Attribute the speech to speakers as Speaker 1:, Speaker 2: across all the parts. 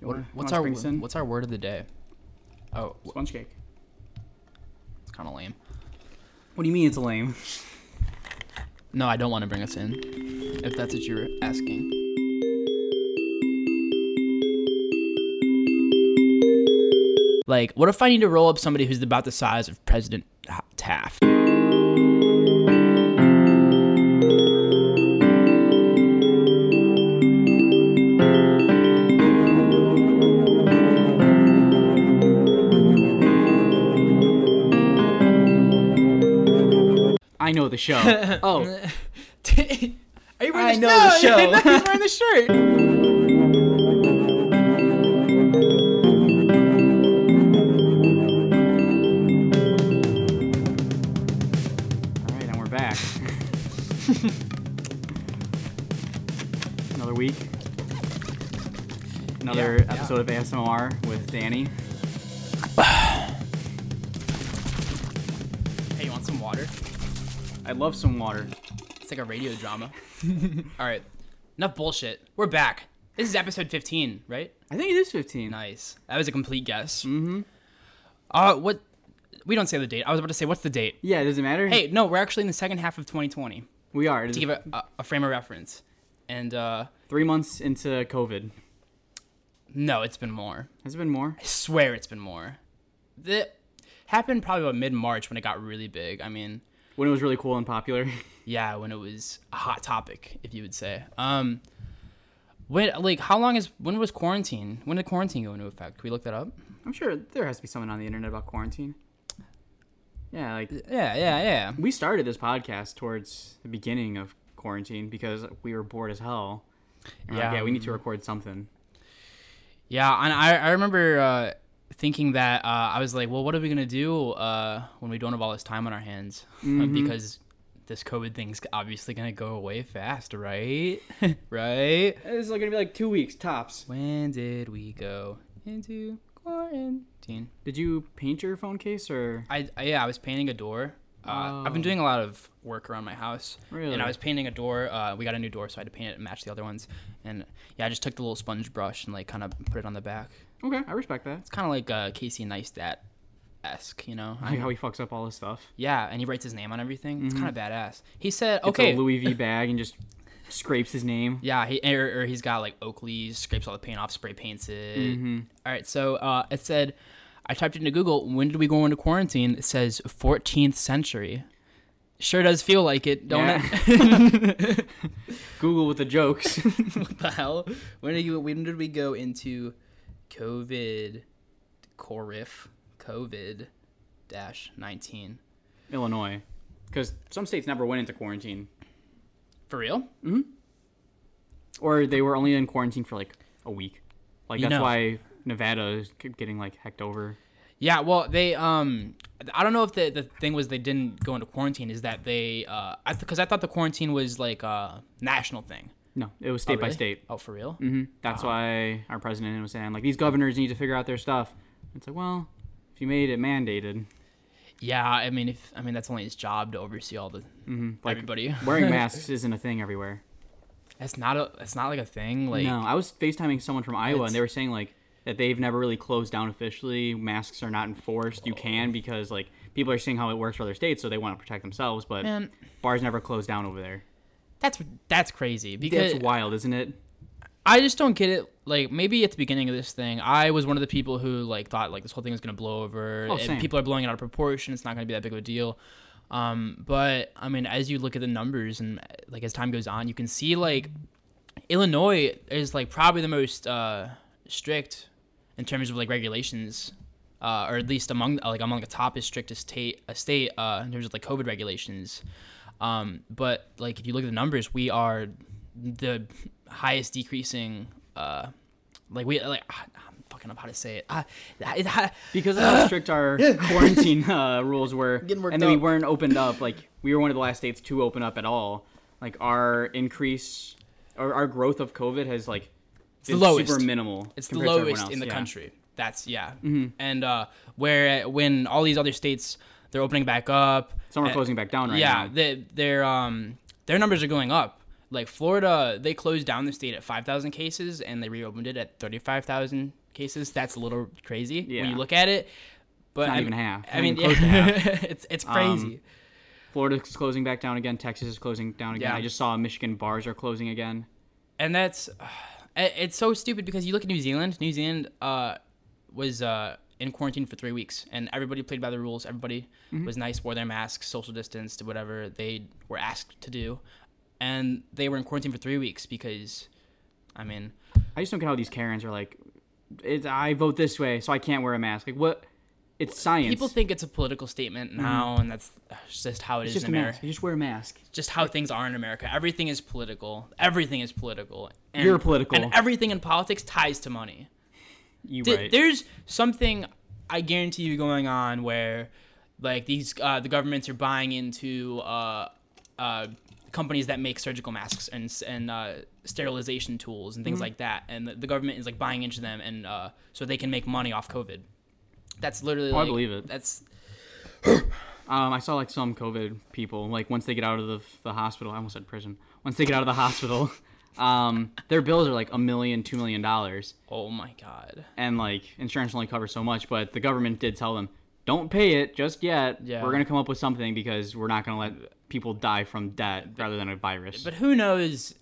Speaker 1: What,
Speaker 2: Or Hans
Speaker 1: what's our
Speaker 2: Bengtsson.
Speaker 1: what's our word of the day? Oh,
Speaker 2: Sponge cake.
Speaker 1: it's kind of lame.
Speaker 2: What do you mean it's lame?
Speaker 1: No, I don't want to bring us in. If that's what you were asking. Like, what if I need to roll up somebody who's about the size of President Ha- Taft?
Speaker 2: I know the show. oh,
Speaker 1: Are you wearing
Speaker 2: I
Speaker 1: sh-
Speaker 2: know
Speaker 1: No,
Speaker 2: the show.
Speaker 1: no, he's wearing the shirt.
Speaker 2: all right, and we're back. Another week. Another
Speaker 1: Yeah, yeah.
Speaker 2: episode of ASMR with Danny.
Speaker 1: Hey, you want some water?
Speaker 2: I love some water.
Speaker 1: It's like a radio drama. All right, enough bullshit. We're back. This is episode 15, right?
Speaker 2: I think it is 15.
Speaker 1: Nice. That was a complete guess. Mm-hmm. Uh, what? We don't say the date. I was about to say, what's the date?
Speaker 2: Yeah, does it matter?
Speaker 1: Hey, no, we're actually in the second half of 2020.
Speaker 2: we are. It is
Speaker 1: To give a, a, a frame of reference, and uh,
Speaker 2: three months into COVID.
Speaker 1: no, it's been more.
Speaker 2: Has it been more?
Speaker 1: I swear, it's been more. That happened probably about mid-March when it got really big. I mean,
Speaker 2: When it was really cool and popular.
Speaker 1: yeah, when it was a hot topic, if you would say. Um, when like how long is when was quarantine? When did quarantine go into effect? Can we look that up?
Speaker 2: I'm sure there has to be something on the internet about quarantine. Yeah, like
Speaker 1: Yeah, yeah, yeah.
Speaker 2: we started this podcast towards the beginning of quarantine because we were bored as hell. And we're like,
Speaker 1: Yeah.
Speaker 2: yeah, we need to record something.
Speaker 1: Yeah, and I, I remember uh, thinking that uh, I was like, well, what are we gonna do uh, when we don't have all this time on our hands? Uh, because this COVID thing's obviously gonna go away fast, right? right?
Speaker 2: This is gonna be like two weeks tops.
Speaker 1: When did we go into quarantine?
Speaker 2: Did you paint your phone case or?
Speaker 1: I, I yeah, I was painting a door. Uh, I've been
Speaker 2: Oh.
Speaker 1: doing a lot of work around my house, and
Speaker 2: Really?
Speaker 1: I was painting a door. Uh, we got a new door, so I had to paint it and match the other ones. And yeah, I just took the little sponge brush and like kind of put it on the back.
Speaker 2: Okay, I respect that.
Speaker 1: It's kind of like uh, Casey Neistat esque, you know?
Speaker 2: I like how he fucks up all his stuff.
Speaker 1: yeah, and he writes his name on everything. It's kind of badass. He said,
Speaker 2: Mm-hmm. It's
Speaker 1: okay.
Speaker 2: a Louis V bag and just scrapes his name.
Speaker 1: yeah, he, or, or he's got like Oakley's, scrapes all the paint off, spray paints it. All right, so uh, it said, I typed into Google, when did we go into quarantine? It says 14th century. Sure does feel like it, don't it?
Speaker 2: Google with the jokes.
Speaker 1: what the hell? When did you? When did we go into COVID? Corif COVID dash nineteen.
Speaker 2: Illinois, because some states never went into quarantine,
Speaker 1: For real?
Speaker 2: or they were only in quarantine for like a week. Like
Speaker 1: You
Speaker 2: that's
Speaker 1: know.
Speaker 2: why Nevada is k- getting like hecked over.
Speaker 1: Yeah, well, they um, I don't know if the the thing was they didn't go into quarantine. Is that they uh, I because I thought the quarantine was like a national thing.
Speaker 2: No, it was state by
Speaker 1: Really?
Speaker 2: state.
Speaker 1: Oh, for real?
Speaker 2: hmm That's why our president was saying like these governors need to figure out their stuff. It's like well, if you made it mandated,
Speaker 1: Yeah, I mean, if I mean that's only his job to oversee all the
Speaker 2: Mm-hmm. like
Speaker 1: everybody.
Speaker 2: wearing masks isn't a thing everywhere.
Speaker 1: That's not a. That's not like a thing. Like
Speaker 2: no, I was FaceTiming someone from Iowa
Speaker 1: It's-
Speaker 2: and they were saying like that they've never really closed down officially. Masks are not enforced. You can because like people are seeing how it works for other states, so they want to protect themselves. But
Speaker 1: Man.
Speaker 2: bars never close down over there.
Speaker 1: that's that's crazy because
Speaker 2: That's wild, isn't it?
Speaker 1: I just don't get it. Like maybe at the beginning of this thing, I was one of the people who like thought like this whole thing was gonna blow over.
Speaker 2: Oh,
Speaker 1: and
Speaker 2: same.
Speaker 1: people are blowing it out of proportion. It's not gonna be that big of a deal. Um, but I mean, as you look at the numbers and like as time goes on, you can see like Illinois is like probably the most uh, strict in terms of like regulations, uh, or at least among like among the top is strictest state uh, state uh, in terms of like COVID regulations. Um, but like if you look at the numbers, we are the highest decreasing. Uh, like we like ah, I'm fucking up how to say it. Uh,
Speaker 2: Because of how strict our quarantine uh, rules were,
Speaker 1: Getting worked
Speaker 2: and then we
Speaker 1: up.
Speaker 2: weren't opened up. Like we were one of the last states to open up at all. Like our increase or our growth of COVID has like it's
Speaker 1: the lowest.
Speaker 2: super minimal.
Speaker 1: It's the
Speaker 2: compared to everyone
Speaker 1: lowest
Speaker 2: else,
Speaker 1: in the
Speaker 2: yeah. Mm-hmm.
Speaker 1: country. That's yeah. And uh, where when all these other states they're opening back up,
Speaker 2: Some are
Speaker 1: uh,
Speaker 2: closing back down right
Speaker 1: yeah,
Speaker 2: now.
Speaker 1: they, their um their numbers are going up. Like Florida, they closed down the state at 5,000 cases and they reopened it at 35,000 cases. That's a little crazy when
Speaker 2: Yeah.
Speaker 1: you look at it. But
Speaker 2: not
Speaker 1: I
Speaker 2: even
Speaker 1: mean-
Speaker 2: half.
Speaker 1: I
Speaker 2: Not
Speaker 1: mean,
Speaker 2: even close to
Speaker 1: yeah, it's it's
Speaker 2: Um,
Speaker 1: crazy.
Speaker 2: Florida's closing back down again. Texas is closing down again.
Speaker 1: Yeah.
Speaker 2: I just saw Michigan bars are closing again.
Speaker 1: and that's it- it's so stupid because you look at New Zealand. New Zealand uh, was uh, in quarantine for three weeks, and everybody played by the rules. Everybody
Speaker 2: Mm-hmm.
Speaker 1: was nice, wore their masks, social distanced, whatever they were asked to do, and they were in quarantine for three weeks because, I mean,
Speaker 2: I just don't get how these Karens are like, it's, I vote this way, so I can't wear a mask. Like, what? It's science.
Speaker 1: people think it's a political statement now, and that's it's just how it is
Speaker 2: it's just a
Speaker 1: in America.
Speaker 2: mask. You just wear a mask.
Speaker 1: Just how things are in America. Everything is political. Everything is political. And,
Speaker 2: You're political.
Speaker 1: And everything in politics ties to money.
Speaker 2: You
Speaker 1: Th-
Speaker 2: right.
Speaker 1: there's something I guarantee you going on where like these uh, the governments are buying into uh, uh, companies that make surgical masks and s- and uh, sterilization tools and things like that, and the, the government is like buying into them and uh, so they can make money off COVID. That's literally.
Speaker 2: Oh, I
Speaker 1: like-
Speaker 2: believe it.
Speaker 1: That's
Speaker 2: Um, I saw like some COVID people, like once they get out of the, the hospital, I almost said prison. Once they get out of the hospital, um, their bills are like a million, two million dollars,
Speaker 1: oh my god.
Speaker 2: and like insurance only covers so much. But the government did tell them, don't pay it just yet.
Speaker 1: Yeah.
Speaker 2: We're gonna come up with something because we're not gonna let people die from debt rather than a virus.
Speaker 1: But who knows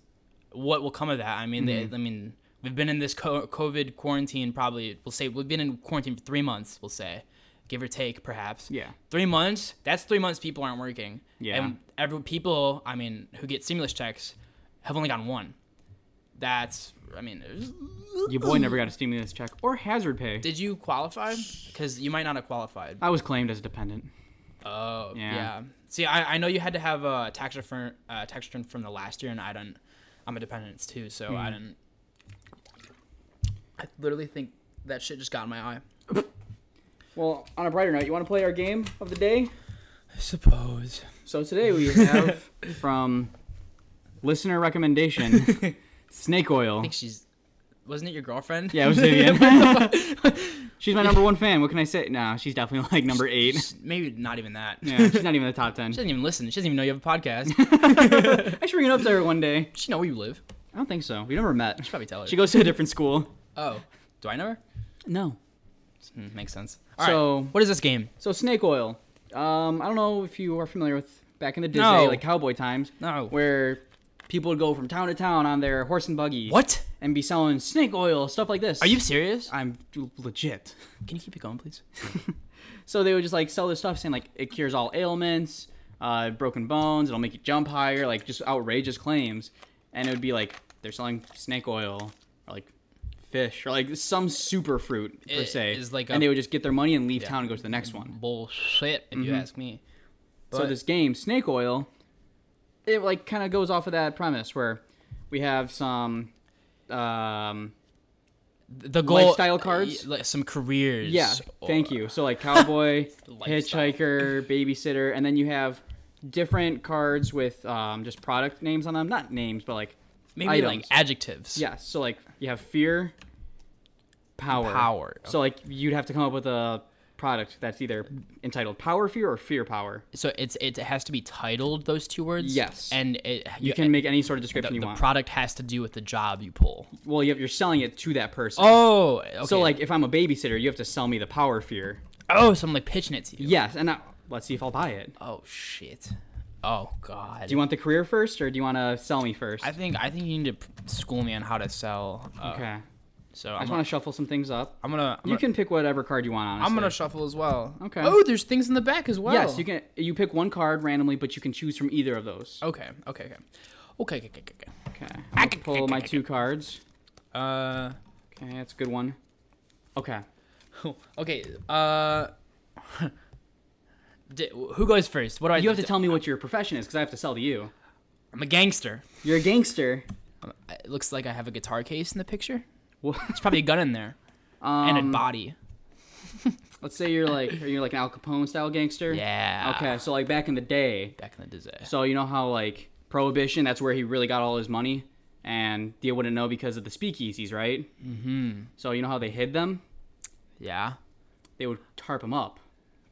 Speaker 1: what will come of that? I mean,
Speaker 2: Mm-hmm.
Speaker 1: they, I mean, we've been in this co- COVID quarantine probably. We'll say we've been in quarantine for three months. We'll say, give or take, perhaps.
Speaker 2: Yeah.
Speaker 1: Three months. That's three months. People aren't working.
Speaker 2: Yeah.
Speaker 1: And every people, I mean, who get stimulus checks, have only gotten one. That's. I mean,
Speaker 2: Your boy never got a stimulus check or hazard pay.
Speaker 1: did you qualify? Because you might not have qualified.
Speaker 2: I was claimed as a dependent.
Speaker 1: Oh,
Speaker 2: Yeah.
Speaker 1: yeah. See, I, I know you had to have a tax return, uh, tax return from the last year, and I don't. I'm a dependent too, so
Speaker 2: Hmm.
Speaker 1: I didn't. I literally think that shit just got in my eye.
Speaker 2: Well, on a brighter note, you want to play our game of the day?
Speaker 1: I suppose.
Speaker 2: So today we have from listener recommendation snake oil.
Speaker 1: I think she's. Wasn't it your girlfriend?
Speaker 2: Yeah, it was Vivian. she's my number one fan. What can I say? No, she's definitely like number eight.
Speaker 1: She's- Maybe not even that.
Speaker 2: Yeah, she's not even in the top ten.
Speaker 1: She doesn't even listen. She doesn't even know you have a podcast.
Speaker 2: I should bring it up to her one day.
Speaker 1: she know where you live.
Speaker 2: I don't think so. We never met.
Speaker 1: Should probably tell her.
Speaker 2: She goes to a different school.
Speaker 1: oh, do I know her?
Speaker 2: No.
Speaker 1: Hmm, makes sense. All right.
Speaker 2: So-
Speaker 1: what is this game?
Speaker 2: So snake oil. Um, I don't know if you are familiar with back in the Disney
Speaker 1: No.
Speaker 2: like cowboy times.
Speaker 1: No.
Speaker 2: Where people would go from town to town on their horse and buggy.
Speaker 1: What?
Speaker 2: And be selling snake oil stuff like this.
Speaker 1: Are you serious?
Speaker 2: I'm legit.
Speaker 1: Can you keep it going, please?
Speaker 2: So they would just like sell this stuff saying like it cures all ailments, uh, broken bones, it'll make you jump higher, like just outrageous claims. And it would be like they're selling snake oil or like fish or like some super fruit per
Speaker 1: It
Speaker 2: se.
Speaker 1: is like a-
Speaker 2: and they would just get their money and leave town and go to the next one.
Speaker 1: Bullshit, if you ask me.
Speaker 2: Mm-hmm. so
Speaker 1: But-
Speaker 2: this game, snake oil, it like kind of goes off of that premise where we have some um
Speaker 1: the goal
Speaker 2: Lifestyle cards?
Speaker 1: y- like some careers
Speaker 2: Yeah,
Speaker 1: or-
Speaker 2: thank you. So like cowboy,
Speaker 1: Lifestyle.
Speaker 2: hitchhiker, babysitter, and then you have different cards with um, just product names on them. Not names, but like
Speaker 1: maybe like
Speaker 2: items.
Speaker 1: adjectives
Speaker 2: yeah. So like you have fear, power,
Speaker 1: Power,
Speaker 2: So like you'd have to come up with a product that's either entitled power fear or fear power.
Speaker 1: so it's it has to be titled those two words
Speaker 2: Yes.
Speaker 1: and it
Speaker 2: You can make any sort of
Speaker 1: the,
Speaker 2: description you
Speaker 1: the
Speaker 2: want.
Speaker 1: product has to do with the job you pull
Speaker 2: well, you have, you're selling it to that person.
Speaker 1: oh okay.
Speaker 2: So like if I'm a babysitter, you have to sell me the power fear.
Speaker 1: oh so i'm like pitching it to you
Speaker 2: Yes, and I, let's see if I'll buy it.
Speaker 1: oh shit oh god
Speaker 2: Do you want the career first, or do you want to sell me first?
Speaker 1: i think i think you need to p- school me on how to sell uh,
Speaker 2: okay.
Speaker 1: so
Speaker 2: I
Speaker 1: i'm
Speaker 2: just
Speaker 1: gonna
Speaker 2: want to shuffle some things up.
Speaker 1: i'm gonna I'm
Speaker 2: You
Speaker 1: gonna-
Speaker 2: can pick whatever card you want. Honestly.
Speaker 1: I'm gonna shuffle as well.
Speaker 2: Okay.
Speaker 1: Oh, there's things in the back as well.
Speaker 2: yes, you can. You pick one card randomly, but you can choose from either of those.
Speaker 1: Okay. Okay. Okay. Okay. Okay. Okay. okay.
Speaker 2: Okay. I'm gonna pull my two cards.
Speaker 1: Uh.
Speaker 2: Okay, that's a good one. Okay.
Speaker 1: okay. Uh, d- who goes first? What do I?
Speaker 2: You have to tell me what your profession is, because I have to sell to you.
Speaker 1: I'm a gangster. Uh,
Speaker 2: You're a gangster.
Speaker 1: It looks like I have a guitar case in the picture.
Speaker 2: Well,
Speaker 1: There's probably a gun in there
Speaker 2: um,
Speaker 1: and a body.
Speaker 2: let's say you're like, are you like an Al Capone style gangster?
Speaker 1: Yeah.
Speaker 2: Okay, so like back in the day,
Speaker 1: Back in the day.
Speaker 2: So you know how like prohibition, that's where he really got all his money, and they wouldn't know because of the speakeasies, right? Mm-hmm. So you know how they hid them?
Speaker 1: Yeah.
Speaker 2: They would tarp them up.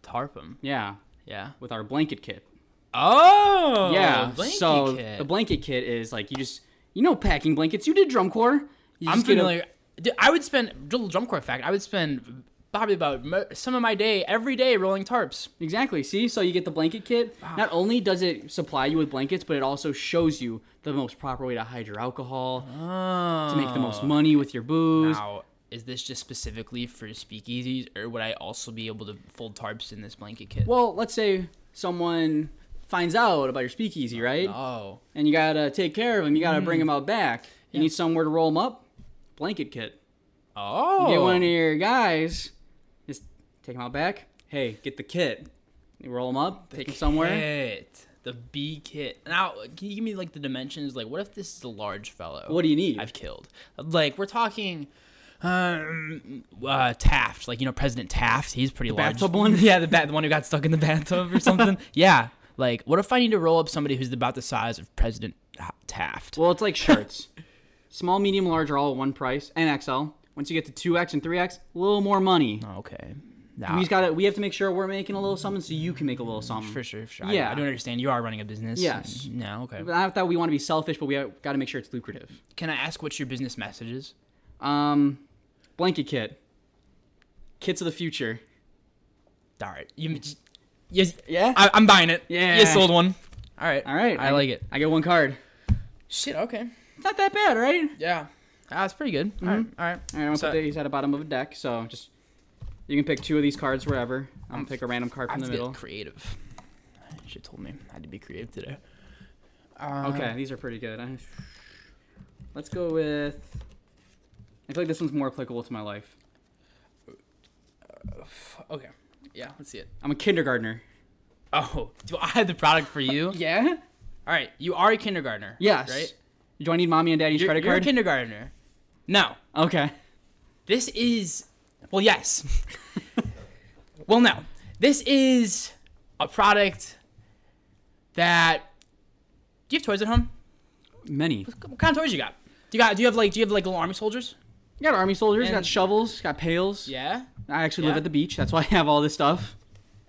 Speaker 1: Tarp 'em.
Speaker 2: Yeah,
Speaker 1: Yeah.
Speaker 2: with our blanket kit.
Speaker 1: Oh,
Speaker 2: yeah.
Speaker 1: blanket
Speaker 2: so
Speaker 1: kit.
Speaker 2: a blanket kit is like you just you know packing blankets. You did drum corps. You
Speaker 1: I'm
Speaker 2: just get a-
Speaker 1: familiar. Dude, I would spend little drum corps fact. I would spend probably about mo- some of my day every day rolling tarps.
Speaker 2: exactly. See, so you get the blanket kit. Not only does it supply you with blankets, but it also shows you the most proper way to hide your alcohol,
Speaker 1: Oh.
Speaker 2: to make the most money with your booze.
Speaker 1: Now, is this just specifically for speakeasies, or would I also be able to fold tarps in this blanket kit?
Speaker 2: Well, let's say someone finds out about your speakeasy, right?
Speaker 1: Oh, Mm.
Speaker 2: And you gotta take care of them. You gotta bring them out back. You need somewhere to roll them up. Blanket kit.
Speaker 1: oh.
Speaker 2: Get one of your guys. Just take them out back. Hey, get the kit. You roll them up. take them somewhere.
Speaker 1: Kit. The B kit. Now, can you give me like the dimensions? Like, what if this is a large fellow?
Speaker 2: What do you need?
Speaker 1: I've killed? Like, we're talking. Um, uh, Taft, like you know, President Taft, he's pretty large.
Speaker 2: bathtub one?
Speaker 1: yeah, the bat, the one who got stuck in the bathtub or something. yeah, like what if I need to roll up somebody who's about the size of President Taft?
Speaker 2: Well, it's like shirts. Small, medium, large are all one price and XL. Once you get to two X and three X, a little more money.
Speaker 1: Oh, okay,
Speaker 2: We
Speaker 1: nah,
Speaker 2: just gotta. We have to make sure we're making a little something so you can make a little something.
Speaker 1: for sure, for sure. I,
Speaker 2: Yeah.
Speaker 1: I don't understand. You are running a business.
Speaker 2: Yes.
Speaker 1: No. Okay.
Speaker 2: But I thought we want to be selfish, but we have, gotta make sure it's lucrative.
Speaker 1: Can I ask what's your business message is?
Speaker 2: Um, blanket kit. Kits of the future.
Speaker 1: All right. You. Yes.
Speaker 2: Yeah.
Speaker 1: I, I'm buying it.
Speaker 2: Yeah.
Speaker 1: You sold one. All right.
Speaker 2: all right.
Speaker 1: I like it.
Speaker 2: I get one card.
Speaker 1: Shit. Okay.
Speaker 2: Not that bad, right?
Speaker 1: Yeah. That's pretty good. All right. All right.
Speaker 2: All right, I'm gonna
Speaker 1: So-
Speaker 2: put these at the bottom of a deck. So just you can pick two of these cards wherever. I'm gonna pick a random card
Speaker 1: I
Speaker 2: from
Speaker 1: have
Speaker 2: the
Speaker 1: to
Speaker 2: middle.
Speaker 1: get creative. She told me I had to be creative today. uh,
Speaker 2: Okay, these are pretty good. I- Let's go with. I feel like this one's more applicable to my life.
Speaker 1: Okay. Yeah. Let's see it.
Speaker 2: I'm a kindergartner.
Speaker 1: Oh, do I have the product for you? All
Speaker 2: Yeah.
Speaker 1: right. You are a kindergartner.
Speaker 2: Yes.
Speaker 1: Right.
Speaker 2: Do I need mommy and daddy's
Speaker 1: You're,
Speaker 2: credit
Speaker 1: you're a
Speaker 2: card?
Speaker 1: kindergartner. No.
Speaker 2: okay.
Speaker 1: This is well, yes. well, no. This is a product that. Do you have toys at home?
Speaker 2: Many.
Speaker 1: What kind of toys you got? Do you got? Do you have like? Do you have like little army soldiers?
Speaker 2: You got army soldiers. You got
Speaker 1: And-
Speaker 2: shovels. Got pails.
Speaker 1: Yeah. You
Speaker 2: I actually
Speaker 1: Yeah.
Speaker 2: live at the beach. That's why I have all this stuff.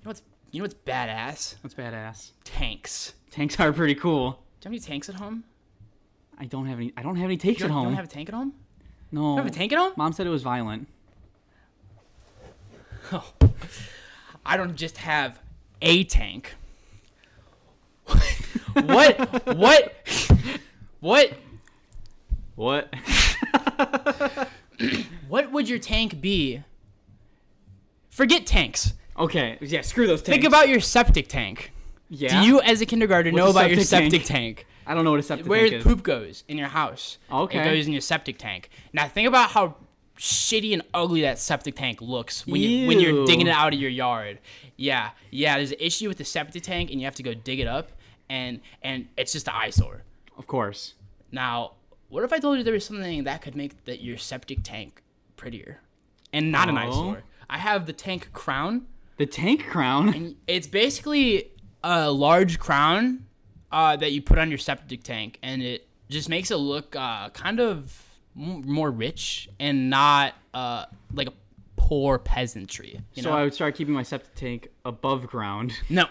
Speaker 1: know what's you know what's badass?
Speaker 2: That's badass.
Speaker 1: Tanks.
Speaker 2: Tanks are pretty cool.
Speaker 1: Do you have any tanks at home?
Speaker 2: I don't have any. I don't have any takes
Speaker 1: You
Speaker 2: at
Speaker 1: don't, you
Speaker 2: home.
Speaker 1: don't have a tank at home?
Speaker 2: no.
Speaker 1: You don't have a tank at home?
Speaker 2: Mom said it was violent.
Speaker 1: Oh. I don't just have a tank. what? What? What?
Speaker 2: What?
Speaker 1: What would your tank be? Forget tanks.
Speaker 2: okay. Yeah. Screw those tanks.
Speaker 1: Think about your septic tank.
Speaker 2: Yeah.
Speaker 1: Do you, as a kindergartner, know
Speaker 2: What's a
Speaker 1: about your
Speaker 2: septic
Speaker 1: septic tank?
Speaker 2: I don't know what a septic
Speaker 1: Where
Speaker 2: tank is.
Speaker 1: poop goes in your house.
Speaker 2: Okay.
Speaker 1: It goes in your septic tank. Now think about how shitty and ugly that septic tank looks when you when you're
Speaker 2: Ew.
Speaker 1: digging it out of your yard. Yeah. Yeah, there's an issue with the septic tank and you have to go dig it up and and it's just an eyesore.
Speaker 2: Of course.
Speaker 1: Now, what if I told you there was something that could make that your septic tank prettier and not an
Speaker 2: Oh.
Speaker 1: eyesore? I have the tank crown.
Speaker 2: The tank crown.
Speaker 1: It's basically a large crown uh, that you put on your septic tank, and it just makes it look uh, kind of m- more rich and not uh, like a poor peasantry. You
Speaker 2: So
Speaker 1: know?
Speaker 2: I would start keeping my septic tank above ground.
Speaker 1: no,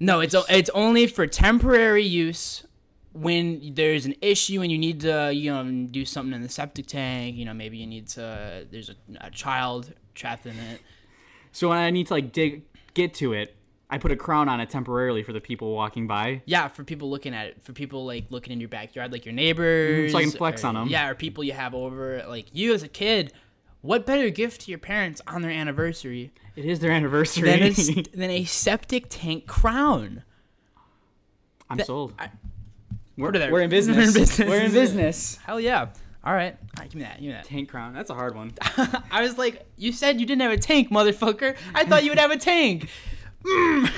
Speaker 1: no, it's o- it's only for temporary use when there's an issue and you need to you know do something in the septic tank. You know maybe you need to there's a, a child trapped in it.
Speaker 2: So when I need to like dig get to it, I put a crown on it temporarily for the people walking by.
Speaker 1: Yeah, for people looking at it, for people like looking in your backyard, like your neighbors.
Speaker 2: Mhm, so I can flex
Speaker 1: or-
Speaker 2: on 'em.
Speaker 1: Yeah, or people you have over, like you as a kid. What better gift to your parents on their anniversary
Speaker 2: It is their anniversary.
Speaker 1: than a, s- than a septic tank crown?
Speaker 2: I'm sold.
Speaker 1: I-
Speaker 2: we're,
Speaker 1: Put it there.
Speaker 2: we're in business. We're in business.
Speaker 1: Hell yeah! All right, All right give me that. Give me that.
Speaker 2: Tank crown. That's a hard one.
Speaker 1: I was like, you said you didn't have a tank, motherfucker. I thought you would have a tank. Mm.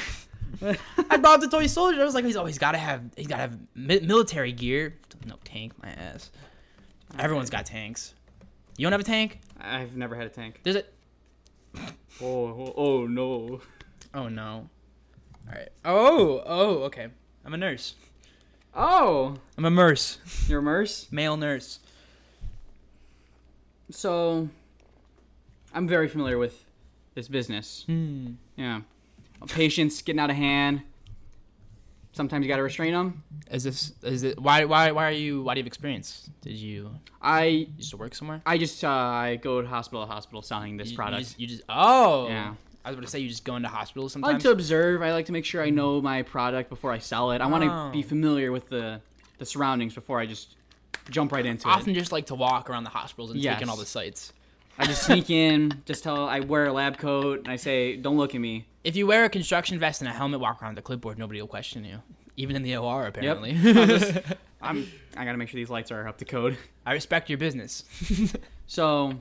Speaker 1: I bought the toy soldier. I was like, he's always got to have, he's got to have mi- military gear. No tank, my ass. Everyone's got tanks. You don't have a tank?
Speaker 2: I've never had a tank.
Speaker 1: There's a.
Speaker 2: Oh, oh, oh no.
Speaker 1: Oh no. All right. Oh, oh, okay. I'm a nurse.
Speaker 2: Oh,
Speaker 1: I'm a nurse.
Speaker 2: your MERS.
Speaker 1: Male nurse.
Speaker 2: So, I'm very familiar with this business.
Speaker 1: Hmm.
Speaker 2: Yeah, patients getting out of hand. sometimes you got to restrain them.
Speaker 1: Is this is it why why why are you why do you have experience? Did you
Speaker 2: I
Speaker 1: used to work somewhere?
Speaker 2: I just uh, I go to hospital to hospital selling this
Speaker 1: You- you
Speaker 2: product.
Speaker 1: just- You just, oh
Speaker 2: Yeah.
Speaker 1: I was about to say you just go into hospitals
Speaker 2: I like
Speaker 1: sometimes.
Speaker 2: to observe. I like to make sure I know my product before I sell it. I want to
Speaker 1: Oh.
Speaker 2: be familiar with the the surroundings before I just jump right into it.
Speaker 1: Often just like to walk around the hospitals and take in
Speaker 2: Yes.
Speaker 1: all the sites.
Speaker 2: I just sneak in, just tell I wear a lab coat, and I say, "Don't look at me."
Speaker 1: If you wear a construction vest and a helmet, walk around with a clipboard, nobody will question you. Even in the OR,
Speaker 2: Yep.
Speaker 1: apparently.
Speaker 2: I'm just- I'm. I gotta make sure these lights are up to code.
Speaker 1: I respect your business.
Speaker 2: So,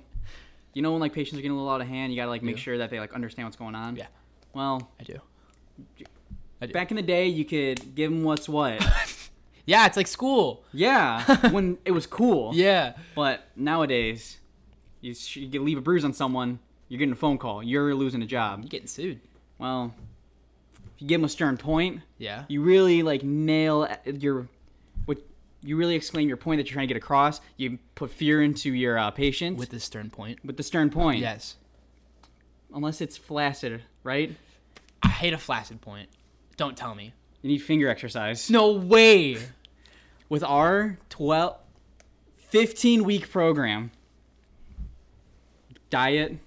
Speaker 2: you know when like patients are getting a little out of hand, you gotta like make
Speaker 1: Yeah.
Speaker 2: sure that they like understand what's going on.
Speaker 1: Yeah.
Speaker 2: Well,
Speaker 1: I do. Yeah.
Speaker 2: back in the day, you could give them what's what.
Speaker 1: Yeah, it's like school.
Speaker 2: yeah. When it was cool.
Speaker 1: Yeah.
Speaker 2: But nowadays, you, sh- you get- leave a bruise on someone, you're getting a phone call. You're losing a job.
Speaker 1: You're getting sued.
Speaker 2: Well, if you give them a stern point,
Speaker 1: Yeah.
Speaker 2: you really like nail at- your what you really explain your point that you're trying to get across. You put fear into your uh, patient
Speaker 1: With
Speaker 2: with,
Speaker 1: this stern point.
Speaker 2: the stern point.
Speaker 1: Yes.
Speaker 2: Unless it's flaccid, right?
Speaker 1: I hate a flaccid point. Don't tell me.
Speaker 2: You need finger exercise.
Speaker 1: No way.
Speaker 2: With our 12 15 week program, diet,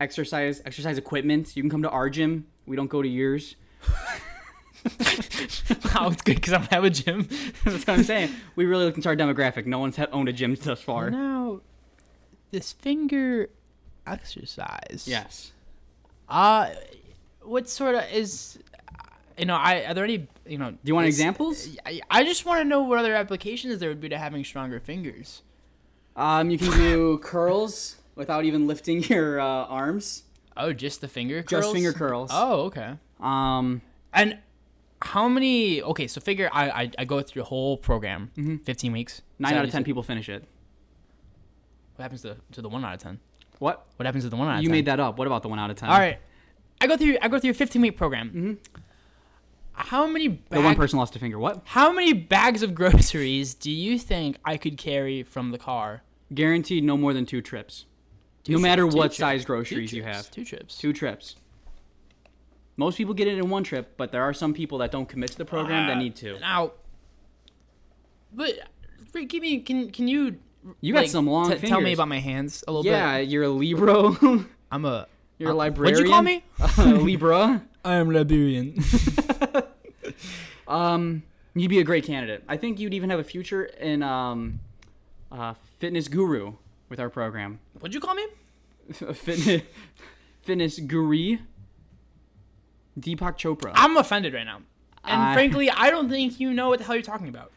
Speaker 2: exercise, exercise equipment, you can come to our gym. We don't go to yours.
Speaker 1: wow, it's good because I don't have a gym.
Speaker 2: That's what I'm saying. We really looked into our demographic. No one's ha- owned a gym thus far.
Speaker 1: Now, this finger exercise.
Speaker 2: Yes.
Speaker 1: Uh, what sort of is, you know, I are there any, you know, do
Speaker 2: you want examples?
Speaker 1: I, I just want to know what other applications there would be to having stronger fingers.
Speaker 2: Um, you can do curls without even lifting your uh, arms.
Speaker 1: Oh, just the finger curls.
Speaker 2: Just finger curls.
Speaker 1: Oh, okay.
Speaker 2: Um,
Speaker 1: And how many? Okay, so figure I I, I go through the whole program, fifteen weeks.
Speaker 2: Mm-hmm. nine
Speaker 1: So
Speaker 2: out
Speaker 1: you
Speaker 2: of ten
Speaker 1: said-
Speaker 2: people finish it.
Speaker 1: What happens to to the one out of ten?
Speaker 2: What?
Speaker 1: What happens to the one out of ten?
Speaker 2: You made that up. What about the one out of ten?
Speaker 1: All right, I go through I go through a fifteen week program. How many?
Speaker 2: The one
Speaker 1: bag-
Speaker 2: person lost a finger. What?
Speaker 1: How many bags of groceries do you think I could carry from the car?
Speaker 2: Guaranteed, no more than two trips. no
Speaker 1: Two
Speaker 2: matter
Speaker 1: trips, two
Speaker 2: what
Speaker 1: trips,
Speaker 2: size
Speaker 1: two
Speaker 2: groceries you
Speaker 1: trips,
Speaker 2: have,
Speaker 1: Two trips.
Speaker 2: two trips. Most people get it in one trip, but there are some people that don't commit to the program that
Speaker 1: Uh,
Speaker 2: need to.
Speaker 1: Now, but Rick, give me can can you?
Speaker 2: You got some long
Speaker 1: t- Tell me
Speaker 2: fingers.
Speaker 1: about my hands a little
Speaker 2: Yeah,
Speaker 1: bit.
Speaker 2: you're a Libro.
Speaker 1: I'm a.
Speaker 2: you're a
Speaker 1: I'm-
Speaker 2: librarian.
Speaker 1: What'd Uh, you call me?
Speaker 2: Uh, Libra.
Speaker 1: I am Liberian.
Speaker 2: Um, you'd be a great candidate. I think you'd even have a future in um, uh, fitness guru with our program.
Speaker 1: What'd you call me?
Speaker 2: A fitness fitness guru, Deepak Chopra. I,
Speaker 1: I'm offended right now, and
Speaker 2: I-
Speaker 1: frankly, I don't think you know what the hell you're talking about.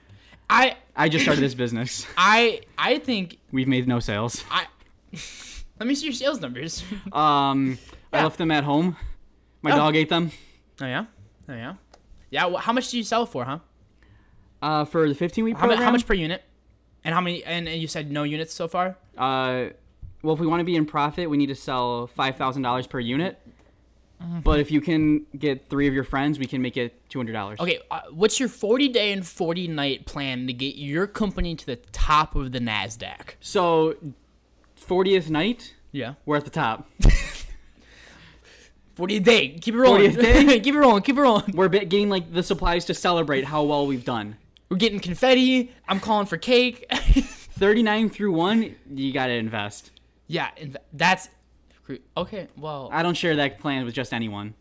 Speaker 1: I
Speaker 2: just started this business.
Speaker 1: I I think
Speaker 2: We've made no sales.
Speaker 1: I. Let me see your sales numbers.
Speaker 2: Um, I
Speaker 1: Yeah.
Speaker 2: left them at home. My
Speaker 1: Oh.
Speaker 2: dog ate them.
Speaker 1: Oh yeah, oh yeah, yeah. Well, how much do you sell for, huh?
Speaker 2: Uh, for the 15 week
Speaker 1: How, mu-
Speaker 2: program.
Speaker 1: how much per unit? And how many? And, and you said no units so far.
Speaker 2: Uh, well, if we want to be in profit, we need to sell five thousand dollars per unit.
Speaker 1: Mm-hmm.
Speaker 2: But if you can get three of your friends, we can make it two hundred dollars.
Speaker 1: Okay, uh, what's your 40 day and 40 night plan to get your company to the top of the Nasdaq?
Speaker 2: So, fortieth night,
Speaker 1: Yeah,
Speaker 2: we're at the top.
Speaker 1: 40 day. Keep it rolling.
Speaker 2: 40th day?
Speaker 1: keep it rolling. Keep it rolling.
Speaker 2: We're bit- getting like the supplies to celebrate how well we've done.
Speaker 1: We're getting confetti. I'm calling for cake.
Speaker 2: Thirty-nine through one, you gotta invest.
Speaker 1: yeah, and th- that's okay. Well,
Speaker 2: I don't share that plan with just anyone.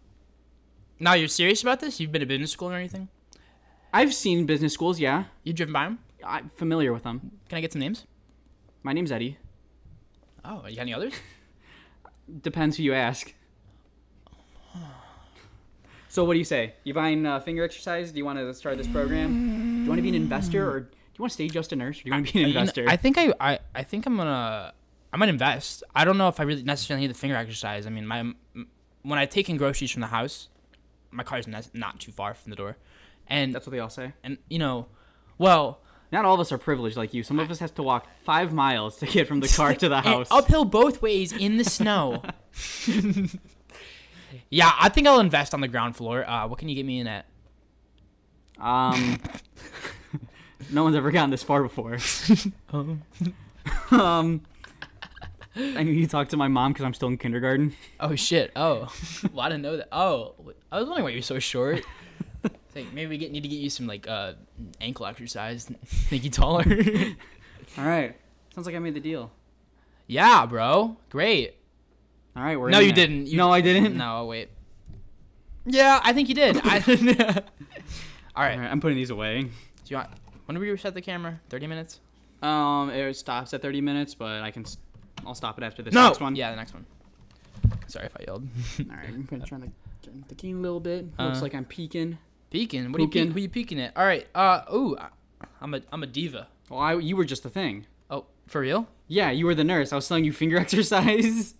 Speaker 1: now you're serious about this? You've been to business school or anything?
Speaker 2: I've seen business schools. Yeah,
Speaker 1: You've driven by them?
Speaker 2: I'm familiar with them.
Speaker 1: Can I get some names?
Speaker 2: My name's Eddie.
Speaker 1: Oh, you got any others?
Speaker 2: Depends who you ask. So what do you say? You buying uh, finger exercise? Do you want to start this program? Do you want to be an investor, or do you want to stay just a nurse? Or do you want to be an
Speaker 1: You kn-
Speaker 2: investor?
Speaker 1: I think I, I, I think I'm gonna I might invest. I don't know if I really necessarily need the finger exercise. I mean, my m- when I take in groceries from the house, my car's not, not too far from the door, and
Speaker 2: That's what they all say.
Speaker 1: and you know, well,
Speaker 2: Not all of us are privileged like you. Some of us have to walk five miles to get from the car to the
Speaker 1: and
Speaker 2: house.
Speaker 1: uphill both ways in the snow. yeah, I think I'll invest on the ground floor. Uh, what can you get me in at?
Speaker 2: Um, no one's ever gotten this far before. um, I need to talk to my mom because I'm still in kindergarten.
Speaker 1: Oh shit! Oh, well, I didn't know that. Oh, I was wondering why you're so short. Like maybe we get, need to get you some like uh, ankle exercise, make you taller.
Speaker 2: All right. Sounds like I made the deal.
Speaker 1: yeah, bro. Great.
Speaker 2: All right, we're
Speaker 1: no,
Speaker 2: in
Speaker 1: you
Speaker 2: there.
Speaker 1: didn't. You,
Speaker 2: no, I didn't.
Speaker 1: No, wait. Yeah, I think you did. I, all
Speaker 2: All
Speaker 1: right.
Speaker 2: right, I'm putting these away.
Speaker 1: Do you want? When do we reset the camera? Thirty minutes?
Speaker 2: Um, it stops at 30 minutes, but I can. s I'll stop it after this
Speaker 1: No.
Speaker 2: next one.
Speaker 1: Yeah, the next one. Sorry if I yelled.
Speaker 2: All right. I'm gonna try to turn the game a little bit. Looks
Speaker 1: Uh,
Speaker 2: like I'm peeking.
Speaker 1: Peeking. What are
Speaker 2: Peeking.
Speaker 1: you peeking? Who you peeking at? All right. Uh. Ooh. I- I'm a. I'm a diva.
Speaker 2: Well, I, you were just the thing.
Speaker 1: Oh, for real?
Speaker 2: Yeah, you were the nurse. I was telling you finger exercise.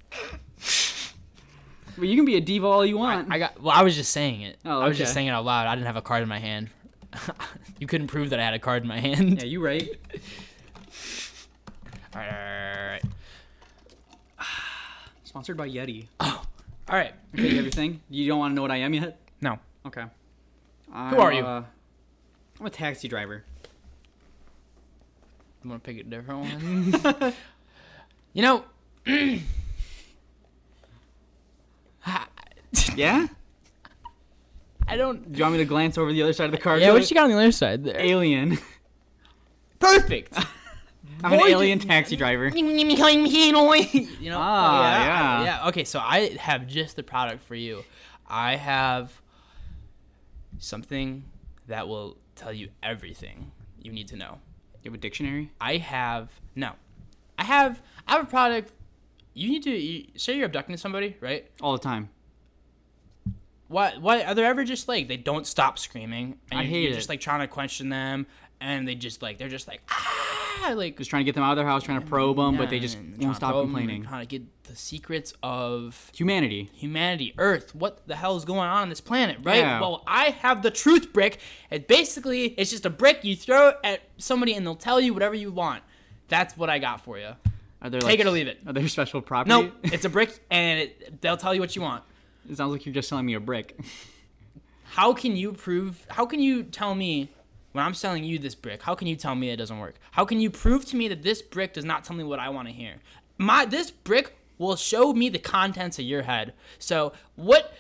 Speaker 2: but you can be a diva all you want.
Speaker 1: I got. Well, I was just saying it.
Speaker 2: Oh,
Speaker 1: I was
Speaker 2: okay.
Speaker 1: just saying it out loud. I didn't have a card in my hand. you couldn't prove that I had a card in my hand.
Speaker 2: yeah, you right.
Speaker 1: All right. All right.
Speaker 2: Sponsored by Yeti.
Speaker 1: All right.
Speaker 2: Okay, you have your thing. You don't want to know what I am yet.
Speaker 1: No.
Speaker 2: Okay. I'm,
Speaker 1: are you?
Speaker 2: Uh, I'm a taxi driver.
Speaker 1: I'm gonna pick a different one. you know.
Speaker 2: Yeah.
Speaker 1: I don't.
Speaker 2: Do you want me to glance over the other side of the car?
Speaker 1: Yeah.
Speaker 2: real
Speaker 1: What you got on the other side
Speaker 2: quick?
Speaker 1: there?
Speaker 2: Alien.
Speaker 1: Perfect.
Speaker 2: I'm an
Speaker 1: Boy,
Speaker 2: alien
Speaker 1: you-
Speaker 2: taxi driver.
Speaker 1: you know?
Speaker 2: Ah,
Speaker 1: yeah,
Speaker 2: yeah.
Speaker 1: Okay, so I have just the product for you. I have something that will tell you everything you need to know.
Speaker 2: You have a dictionary?
Speaker 1: I have no. I have I have a product. You need to you, say you're abducting somebody, right?
Speaker 2: All the time.
Speaker 1: What what are they ever just like they don't stop screaming and
Speaker 2: I
Speaker 1: you-
Speaker 2: hate
Speaker 1: you're
Speaker 2: it.
Speaker 1: just like trying to question them and they just like they're just like ah like
Speaker 2: Just trying to get them out of their house, trying to probe them, but they
Speaker 1: "Nah,"
Speaker 2: just
Speaker 1: and trying
Speaker 2: won't
Speaker 1: to
Speaker 2: stop
Speaker 1: probe 'em and
Speaker 2: complaining.
Speaker 1: Trying to get the secrets of
Speaker 2: Humanity.
Speaker 1: humanity, Earth, what the hell is going on on this planet, right?
Speaker 2: Yeah.
Speaker 1: Well, I have the truth brick. It basically it's just a brick you throw at somebody and they'll tell you whatever you want. That's what I got for you.
Speaker 2: Are there
Speaker 1: Take it or leave it.
Speaker 2: Are there special property?
Speaker 1: No, it's a brick and it, they'll tell you what you want.
Speaker 2: it sounds like you're just selling me a brick.
Speaker 1: How can you prove? How can you tell me when I'm selling you this brick? How can you tell me it doesn't work? How can you prove to me that this brick does not tell me what I want to hear? My this brick will show me the contents of your head. So what?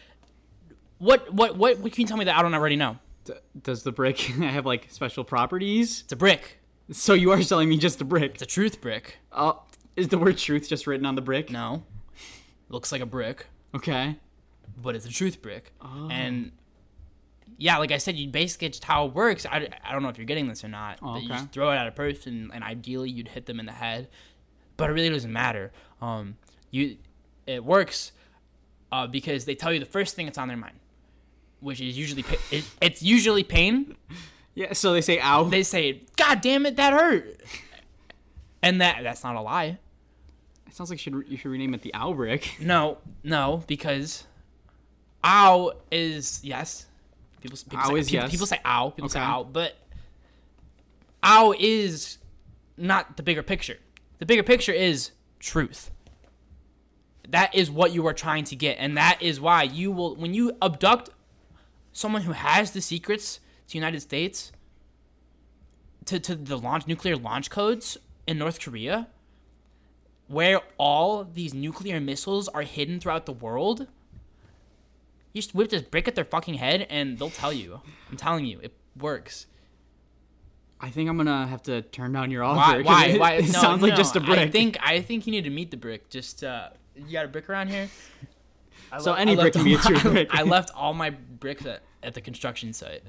Speaker 1: What what what, what can you tell me that I don't already know?
Speaker 2: D- Does the brick have like special properties?
Speaker 1: It's a brick.
Speaker 2: So you are selling me just a brick.
Speaker 1: It's a truth brick.
Speaker 2: Uh, is the word truth just written on the brick?
Speaker 1: No, looks like a brick,
Speaker 2: Okay.
Speaker 1: but it's a truth brick. And
Speaker 2: Oh.
Speaker 1: yeah, like I said, you basically just how it works. I, I don't know if you're getting this or not. that You
Speaker 2: okay.
Speaker 1: just throw it at a person, and ideally you'd hit them in the head, but it really doesn't matter. Um, you it works uh, because they tell you the first thing that's on their mind, which is usually pa- it, it's usually pain.
Speaker 2: Yeah, so they say ow.
Speaker 1: They say, "God damn it, that hurt," and that that's not a lie.
Speaker 2: it sounds like you should re- you should rename it the owl brick.
Speaker 1: No, no, because ow is yes. People, s- people
Speaker 2: Ow
Speaker 1: say,
Speaker 2: is
Speaker 1: people,
Speaker 2: yes.
Speaker 1: people say ow. People say
Speaker 2: Okay.
Speaker 1: ow, but ow is not the bigger picture. The bigger picture is truth. That is what you are trying to get, and that is why you will when you abduct someone who has the secrets to United States to, to the launch nuclear launch codes in North Korea where all these nuclear missiles are hidden throughout the world. You just whip this brick at their fucking head and they'll tell you. I'm telling you, it works.
Speaker 2: I think I'm gonna have to turn down your offer.
Speaker 1: Why?
Speaker 2: 'cause
Speaker 1: Why?
Speaker 2: It,
Speaker 1: why?
Speaker 2: it
Speaker 1: no,
Speaker 2: sounds like
Speaker 1: no,
Speaker 2: just a brick.
Speaker 1: I think I think you need to meet the brick. Just uh, you got a brick around here. I
Speaker 2: So
Speaker 1: left-
Speaker 2: any
Speaker 1: I
Speaker 2: brick
Speaker 1: left
Speaker 2: can be a
Speaker 1: all-
Speaker 2: true brick.
Speaker 1: I left all my bricks at, at the construction site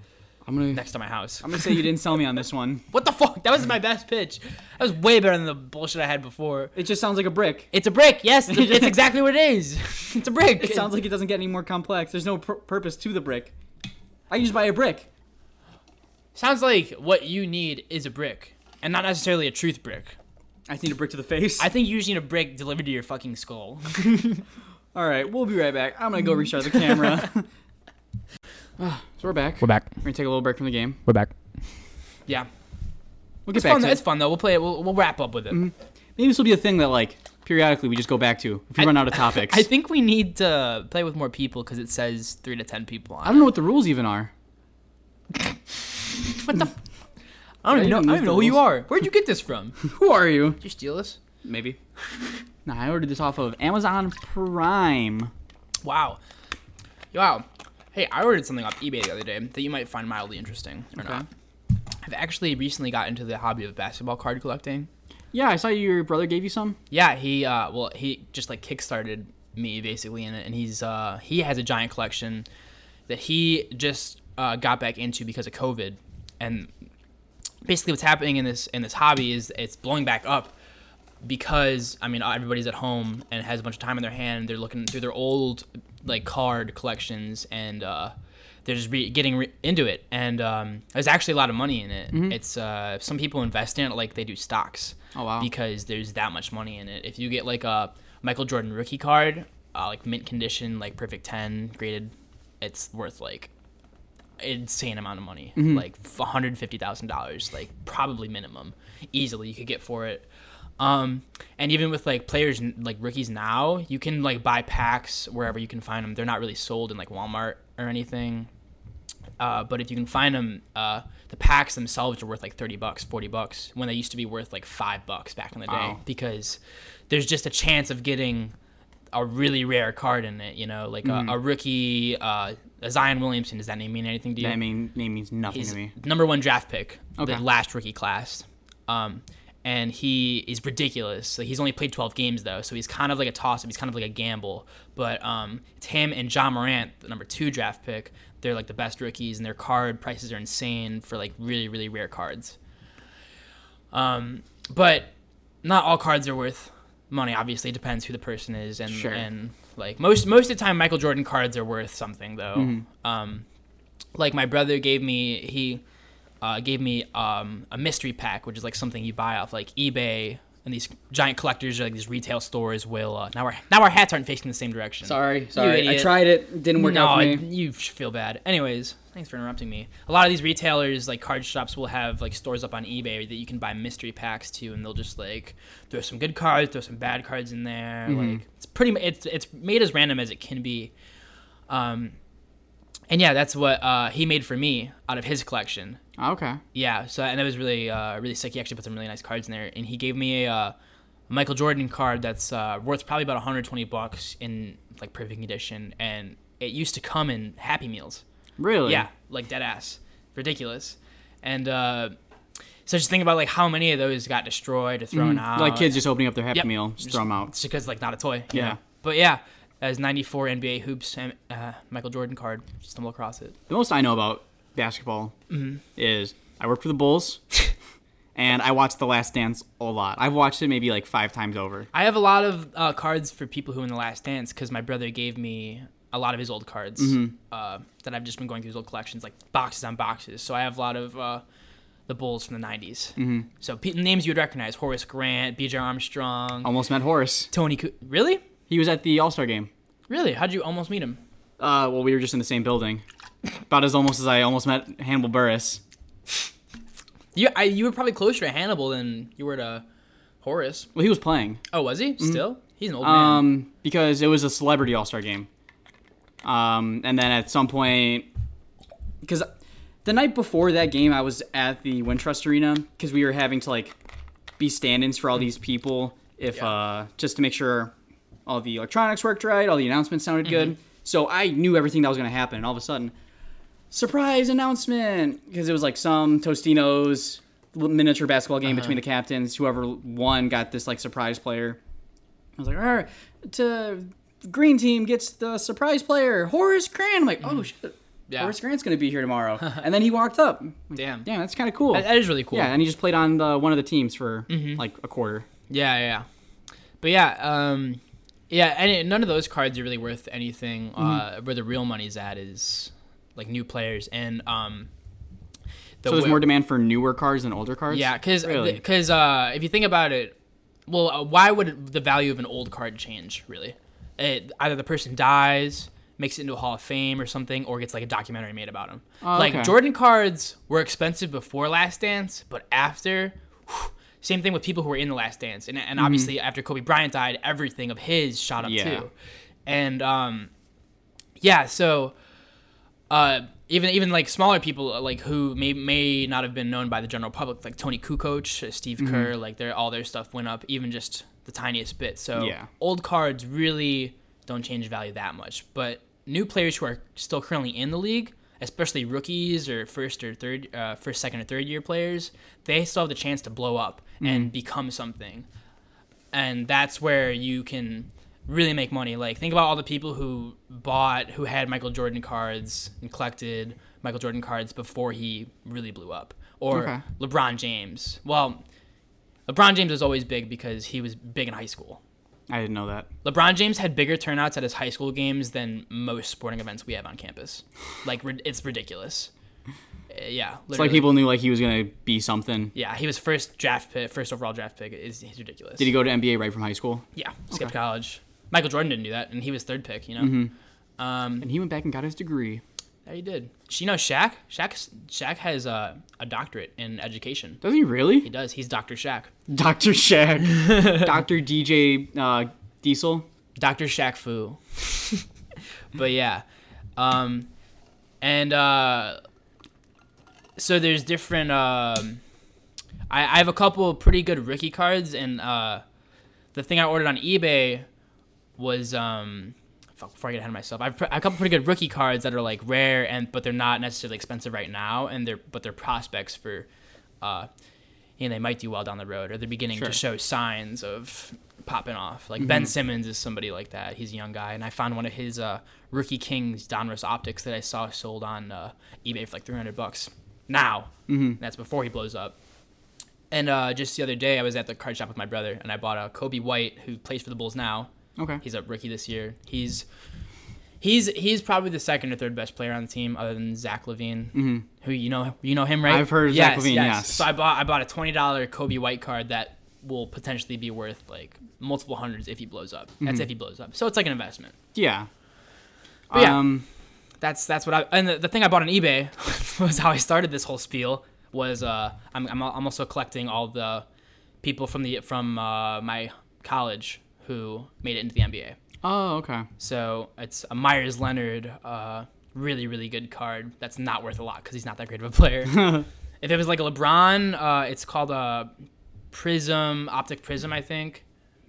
Speaker 2: I'm gonna
Speaker 1: next to my house.
Speaker 2: I'm gonna say you didn't sell me on this one.
Speaker 1: What the fuck? That was my best pitch. That was way better than the bullshit I had before.
Speaker 2: It just sounds like a brick.
Speaker 1: It's a brick. Yes, it's exactly what it is. It's a brick.
Speaker 2: It sounds like it doesn't get any more complex. There's no pur- purpose to the brick. I can just buy a brick.
Speaker 1: Sounds like what you need is a brick, and not necessarily a truth brick.
Speaker 2: I just need a brick to the face.
Speaker 1: I think you just need a brick delivered to your fucking skull.
Speaker 2: All right, we'll be right back. I'm gonna go restart the camera. Ah, so we're back. We're
Speaker 1: back.
Speaker 2: gonna take a little break from the game.
Speaker 1: We're back. Yeah,
Speaker 2: We'll get
Speaker 1: it's
Speaker 2: back
Speaker 1: fun.
Speaker 2: to
Speaker 1: though. It's
Speaker 2: it.
Speaker 1: fun though. We'll play it. We'll, we'll wrap up with it.
Speaker 2: Maybe this will be a thing that like periodically we just go back to if we
Speaker 1: I-
Speaker 2: run out of topics.
Speaker 1: I think we need to play with more people because it says three to ten people
Speaker 2: I
Speaker 1: on.
Speaker 2: don't know what the rules even are.
Speaker 1: What the? F- I don't even know. I
Speaker 2: even use
Speaker 1: don't even
Speaker 2: the
Speaker 1: know who you
Speaker 2: rules.
Speaker 1: are. Where'd you get this from? Did
Speaker 2: Who are you?
Speaker 1: you steal this?
Speaker 2: Maybe. nah, I ordered this off of Amazon Prime.
Speaker 1: Wow. Wow. Hey, I ordered something off eBay the other day that you might find mildly interesting or
Speaker 2: Okay.
Speaker 1: not. I've actually recently got into the hobby of basketball card collecting.
Speaker 2: Yeah, I saw your brother gave you some.
Speaker 1: Yeah, he uh, well, he just like kickstarted me basically in it, and he's uh, he has a giant collection that he just uh, got back into because of COVID, and basically what's happening in this in this hobby is it's blowing back up because I mean everybody's at home and has a bunch of time in their hand. They're looking through their old like card collections and uh, they're just re- getting re- into it. And um, there's actually a lot of money in it. It's uh, some people invest in it like they do stocks.
Speaker 2: Mm-hmm. Oh, wow.
Speaker 1: Because there's that much money in it. If you get like a Michael Jordan rookie card, uh, like mint condition, like perfect ten graded, it's worth like insane amount of money, like one hundred fifty thousand dollars, like probably minimum, easily you could get for it. Um, and even with like players n- like rookies now, you can like buy packs wherever you can find them. They're not really sold in like Walmart or anything. Uh, but if you can find them, uh, the packs themselves are worth like thirty bucks, forty bucks, when they used to be worth like five bucks back in the
Speaker 2: Wow.
Speaker 1: day, because there's just a chance of getting a really rare card in it. You know, like a, a rookie, uh, a Zion Williamson. Does that name mean anything to you?
Speaker 2: I mean, name means nothing
Speaker 1: He's
Speaker 2: to me.
Speaker 1: number one draft pick,
Speaker 2: Okay.
Speaker 1: the last rookie class. Um, and he is ridiculous. Like, he's only played 12 games though, so he's kind of like a toss up. He's kind of like a gamble. But um, it's him and John Morant, the number two draft pick. They're like the best rookies, and their card prices are insane for like really, really rare cards. Um, but not all cards are worth money. Obviously, it depends who the person is, and
Speaker 2: Sure.
Speaker 1: and like most most of the time, Michael Jordan cards are worth something though.
Speaker 2: Mm-hmm.
Speaker 1: Um, like my brother gave me he uh, gave me um, a mystery pack, which is like something you buy off like eBay. And these giant collectors or like these retail stores will uh, now our now our hats aren't facing the same direction.
Speaker 2: Sorry,
Speaker 1: You
Speaker 2: sorry. I
Speaker 1: idiot.
Speaker 2: tried it, didn't work
Speaker 1: no,
Speaker 2: out for
Speaker 1: I-
Speaker 2: me.
Speaker 1: you sh- feel bad. Anyways, thanks for interrupting me. A lot of these retailers, like card shops, will have like stores up on eBay that you can buy mystery packs to, and they'll just like throw some good cards, throw some bad cards in there.
Speaker 2: Mm-hmm.
Speaker 1: Like it's pretty, mu- it's it's made as random as it can be. Um, and yeah, that's what uh, he made for me out of his collection.
Speaker 2: Ah, okay.
Speaker 1: Yeah, so and that was really uh, really sick. He actually put some really nice cards in there, and he gave me a, uh, Michael Jordan card that's uh, worth probably about 120 bucks in like perfect condition, and it used to come in Happy Meals.
Speaker 2: Really?
Speaker 1: Yeah, like dead ass, ridiculous, and uh, so just think about like how many of those got destroyed or thrown out.
Speaker 2: Mm-hmm. Like kids just opening up their Happy
Speaker 1: Yep.
Speaker 2: Meal, just throw them out.
Speaker 1: It's because like not a toy. you
Speaker 2: Yeah.
Speaker 1: know? But yeah, that was 94 NBA hoops and uh, Michael Jordan card. Stumble across it.
Speaker 2: The most I know about basketball is I worked for the Bulls, and I watched The Last Dance a lot. I've watched it maybe like five times over.
Speaker 1: I have a lot of uh, cards for people who in the last dance because my brother gave me a lot of his old cards
Speaker 2: Mm-hmm.
Speaker 1: uh, that I've just been going through his old collections, like boxes on boxes. So I have a lot of uh, the Bulls from the '90s. Mm-hmm. So pe- names you would recognize: Horace Grant, B.J. Armstrong,
Speaker 2: Almost met Horace.
Speaker 1: Tony. Coo- really,
Speaker 2: He was at the All Star game.
Speaker 1: really? How'd you almost meet him?
Speaker 2: Uh, well, we were just in the same building. About as almost as I almost met Hannibal Burris.
Speaker 1: You, I, you were probably closer to Hannibal than you were to Horace.
Speaker 2: Well, he was playing.
Speaker 1: Oh, was he? Still, he's an old man.
Speaker 2: Mm-hmm. Um, because it was a celebrity All Star game. Um, and then at some point, because the night before that game, I was at the Wintrust Arena because we were having to like be stand-ins for all these people, if
Speaker 1: Yeah.
Speaker 2: uh, just to make sure all the electronics worked right, all the announcements sounded good.
Speaker 1: Mm-hmm.
Speaker 2: So I knew everything that was going to happen, and all of a sudden, surprise announcement! Because it was like some Tostino's miniature basketball
Speaker 1: Uh-huh.
Speaker 2: game between the captains. Whoever won got this like surprise player. I was like, all right, to green team gets the surprise player, Horace Grant. I'm like, oh shit,
Speaker 1: Mm. Yeah.
Speaker 2: Horace Grant's gonna be here tomorrow. and then he walked up. I'm like,
Speaker 1: Damn.
Speaker 2: damn, that's kind of cool.
Speaker 1: That- that is really cool. Mm-hmm.
Speaker 2: yeah, and he just played on the one of the teams for like a quarter.
Speaker 1: Yeah, yeah, yeah. But yeah, um, yeah, and none of those cards are really worth anything.
Speaker 2: Mm-hmm.
Speaker 1: Uh, where the real money's at is like new players and um.
Speaker 2: So
Speaker 1: The
Speaker 2: there's
Speaker 1: wi-
Speaker 2: more demand for newer cars than older cars.
Speaker 1: yeah, because
Speaker 2: really.
Speaker 1: uh, if you think about it, well, uh, why would the value of an old card change really? It, either the person dies, makes it into a Hall of Fame or something, or gets like a documentary made about him.
Speaker 2: Oh,
Speaker 1: like
Speaker 2: okay.
Speaker 1: Jordan cards were expensive before Last Dance, but after, whew, same thing with people who were in the Last Dance, and and obviously after Kobe Bryant died, everything of his shot up
Speaker 2: Mm-hmm. Yeah.
Speaker 1: too, and um, yeah, so uh, even even like smaller people uh, like who may may not have been known by the general public, like Tony Kukoc, uh, Steve Kerr, like their all their stuff went up even just the tiniest bit. So
Speaker 2: Yeah.
Speaker 1: old cards really don't change value that much, but new players who are still currently in the league, especially rookies or first or third, uh, first, second or third year players, they still have the chance to blow up and become something. And that's where you can really make money. Like think about all the people who bought, who had Michael Jordan cards and collected Michael Jordan cards before he really blew up, or
Speaker 2: Okay.
Speaker 1: LeBron James. Well, LeBron James was always big because he was big in high school.
Speaker 2: I didn't know that.
Speaker 1: LeBron James had bigger turnouts at his high school games than most sporting events we have on campus. Like rid- it's ridiculous. Uh, yeah,
Speaker 2: It's like
Speaker 1: literally.
Speaker 2: people knew like he was gonna be something.
Speaker 1: Yeah, he was first draft pick, first overall draft pick. Is he's ridiculous?
Speaker 2: Did he go to NBA right from high school?
Speaker 1: Yeah, skipped college. Michael Jordan didn't do that, and he was third pick. You know. Um,
Speaker 2: And he went back and got his degree.
Speaker 1: yeah, he did. You know, Shaq. Shaq. Shaq has uh, a doctorate in education.
Speaker 2: Does he
Speaker 1: He
Speaker 2: really?
Speaker 1: does. He's Doctor Shaq.
Speaker 2: Dr. Shaq. Dr. DJ uh, Diesel.
Speaker 1: Dr. Shaq Fu. but yeah. Um, and uh, so there's different. Um, I, I have a couple pretty good Ricky cards, and uh, the thing I ordered on eBay was. Um, fuck, before I get ahead of myself, I've pr- I have a couple pretty good rookie cards that are like rare, and but they're not necessarily expensive right now, and they're but they're prospects for. Uh, and they might do well down the road, or they're beginning
Speaker 2: Sure.
Speaker 1: to show signs of popping off. Like Ben Simmons is somebody like that. He's a young guy, and I found one of his uh, rookie Kings Donruss optics that I saw sold on uh, eBay for like 300 bucks. Now, that's before he blows up. And uh, just the other day, I was at the card shop with my brother, and I bought a Kobe White who plays for the Bulls now.
Speaker 2: Okay.
Speaker 1: He's a rookie this year. He's he's he's probably the second or third best player on the team, other than Zach Levine, who you know you know him, right?
Speaker 2: Mm-hmm. I've heard of Zach Levine, yes.
Speaker 1: So I bought I bought a twenty dollar Kobe White card that will potentially be worth like multiple hundreds if he blows up.
Speaker 2: Mm-hmm.
Speaker 1: That's if he blows up. So it's like an investment.
Speaker 2: yeah.
Speaker 1: But yeah.
Speaker 2: Um,
Speaker 1: That's that's what I and the, the thing I bought on eBay was how I started this whole spiel was uh I'm I'm, al- I'm also collecting all the people from the from uh, my college who made it into the NBA.
Speaker 2: oh, okay.
Speaker 1: So it's a Myers Leonard, uh, really, really good card that's not worth a lot because he's not that great of a player. if it was like a LeBron, uh, it's called a Prism, Optic Prism, I think.